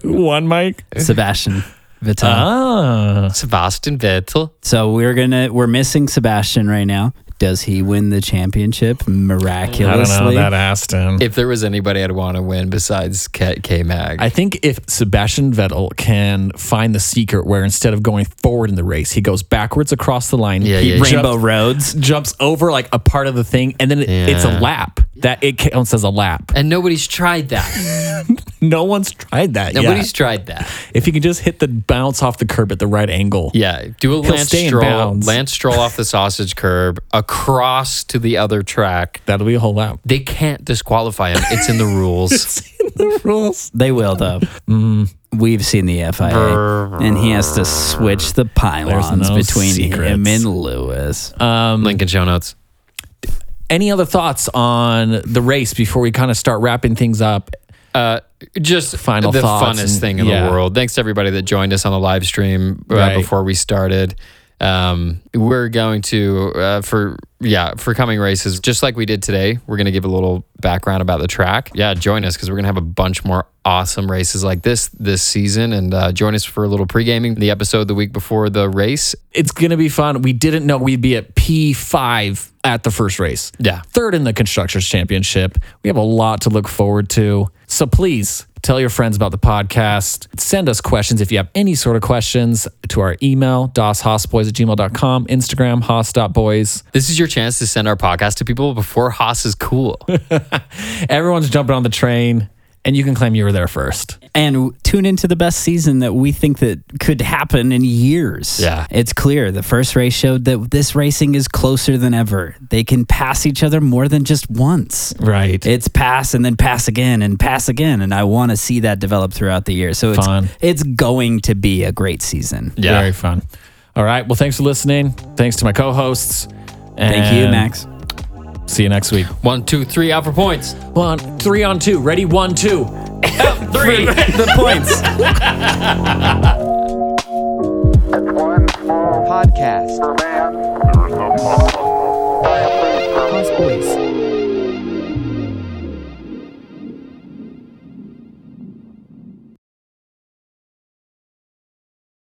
[SPEAKER 3] One Mike.
[SPEAKER 5] Sebastian Vettel.
[SPEAKER 3] Ah,
[SPEAKER 4] Sebastian Vettel.
[SPEAKER 5] So we're gonna we're missing Sebastian right now. Does he win the championship
[SPEAKER 3] I don't
[SPEAKER 5] miraculously?
[SPEAKER 3] know that Aston.
[SPEAKER 4] If there was anybody I'd want to win besides K, K- Mag,
[SPEAKER 3] I think if Sebastian Vettel can find the secret where instead of going forward in the race, he goes backwards across the line.
[SPEAKER 4] Yeah,
[SPEAKER 3] he
[SPEAKER 4] yeah, yeah.
[SPEAKER 5] Rainbow
[SPEAKER 3] jumps-
[SPEAKER 5] Roads.
[SPEAKER 3] jumps over like a part of the thing, and then it, it's a
[SPEAKER 4] Yeah.
[SPEAKER 3] lap. That it counts as a lap.
[SPEAKER 4] and nobody's tried that.
[SPEAKER 3] No one's tried that
[SPEAKER 4] Nobody's
[SPEAKER 3] yet.
[SPEAKER 4] tried that.
[SPEAKER 3] if you can just hit the bounce off the curb at the right angle,
[SPEAKER 4] Yeah, do a Lance
[SPEAKER 3] stay in
[SPEAKER 4] Stroll,
[SPEAKER 3] bounds.
[SPEAKER 4] Lance Stroll off the sausage curb across to the other track.
[SPEAKER 3] that'll be a whole lap.
[SPEAKER 4] They can't disqualify him. It's in the rules.
[SPEAKER 3] the rules.
[SPEAKER 5] They will though.
[SPEAKER 3] Mm-hmm.
[SPEAKER 5] We've seen the FIA, and he has to switch the pylons
[SPEAKER 3] no
[SPEAKER 5] between him
[SPEAKER 3] secrets.
[SPEAKER 5] and Lewis.
[SPEAKER 4] Link in show notes.
[SPEAKER 3] Any other thoughts on the race before we kind of start wrapping things up?
[SPEAKER 4] Uh, just
[SPEAKER 3] Final
[SPEAKER 4] the
[SPEAKER 3] thoughts
[SPEAKER 4] funnest
[SPEAKER 3] and-
[SPEAKER 4] thing in
[SPEAKER 3] yeah.
[SPEAKER 4] the world. Thanks to everybody that joined us on the live stream uh,
[SPEAKER 3] Right.
[SPEAKER 4] before we started. Um, we're going to uh, for yeah for coming races just like we did today. We're going to give a little background about the track. Yeah, join us because we're going to have a bunch more awesome races like this this season, and uh, join us for a little pre gaming. The episode the week before the race.
[SPEAKER 3] It's gonna be fun. We didn't know we'd be at P five at the first race.
[SPEAKER 4] Yeah.
[SPEAKER 3] third in the constructors championship. We have a lot to look forward to. So please tell your friends about the podcast. Send us questions if you have any sort of questions to our email, doshossboys at gmail.com, Instagram, hoss.boys.
[SPEAKER 4] This is your chance to send our podcast to people before Haas is cool.
[SPEAKER 3] Everyone's jumping on the train and you can claim you were there first.
[SPEAKER 5] And tune into the best season that we think that could happen in years.
[SPEAKER 4] Yeah.
[SPEAKER 5] it's clear. The first race showed that this racing is closer than ever. They can pass each other more than just once.
[SPEAKER 3] Right.
[SPEAKER 5] It's pass and then pass again and pass again, and I want to see that develop throughout the year. So it's
[SPEAKER 3] Fun.
[SPEAKER 5] it's going to be a great season.
[SPEAKER 4] Yeah.
[SPEAKER 3] Very fun. All right. Well, thanks for listening. Thanks to my co hosts.
[SPEAKER 5] Thank you, Max.
[SPEAKER 3] See you next week.
[SPEAKER 4] One, two, three, out for points.
[SPEAKER 3] One, three on two. Ready? One, two.
[SPEAKER 4] Three.
[SPEAKER 5] The points.
[SPEAKER 7] That's one small podcast for man.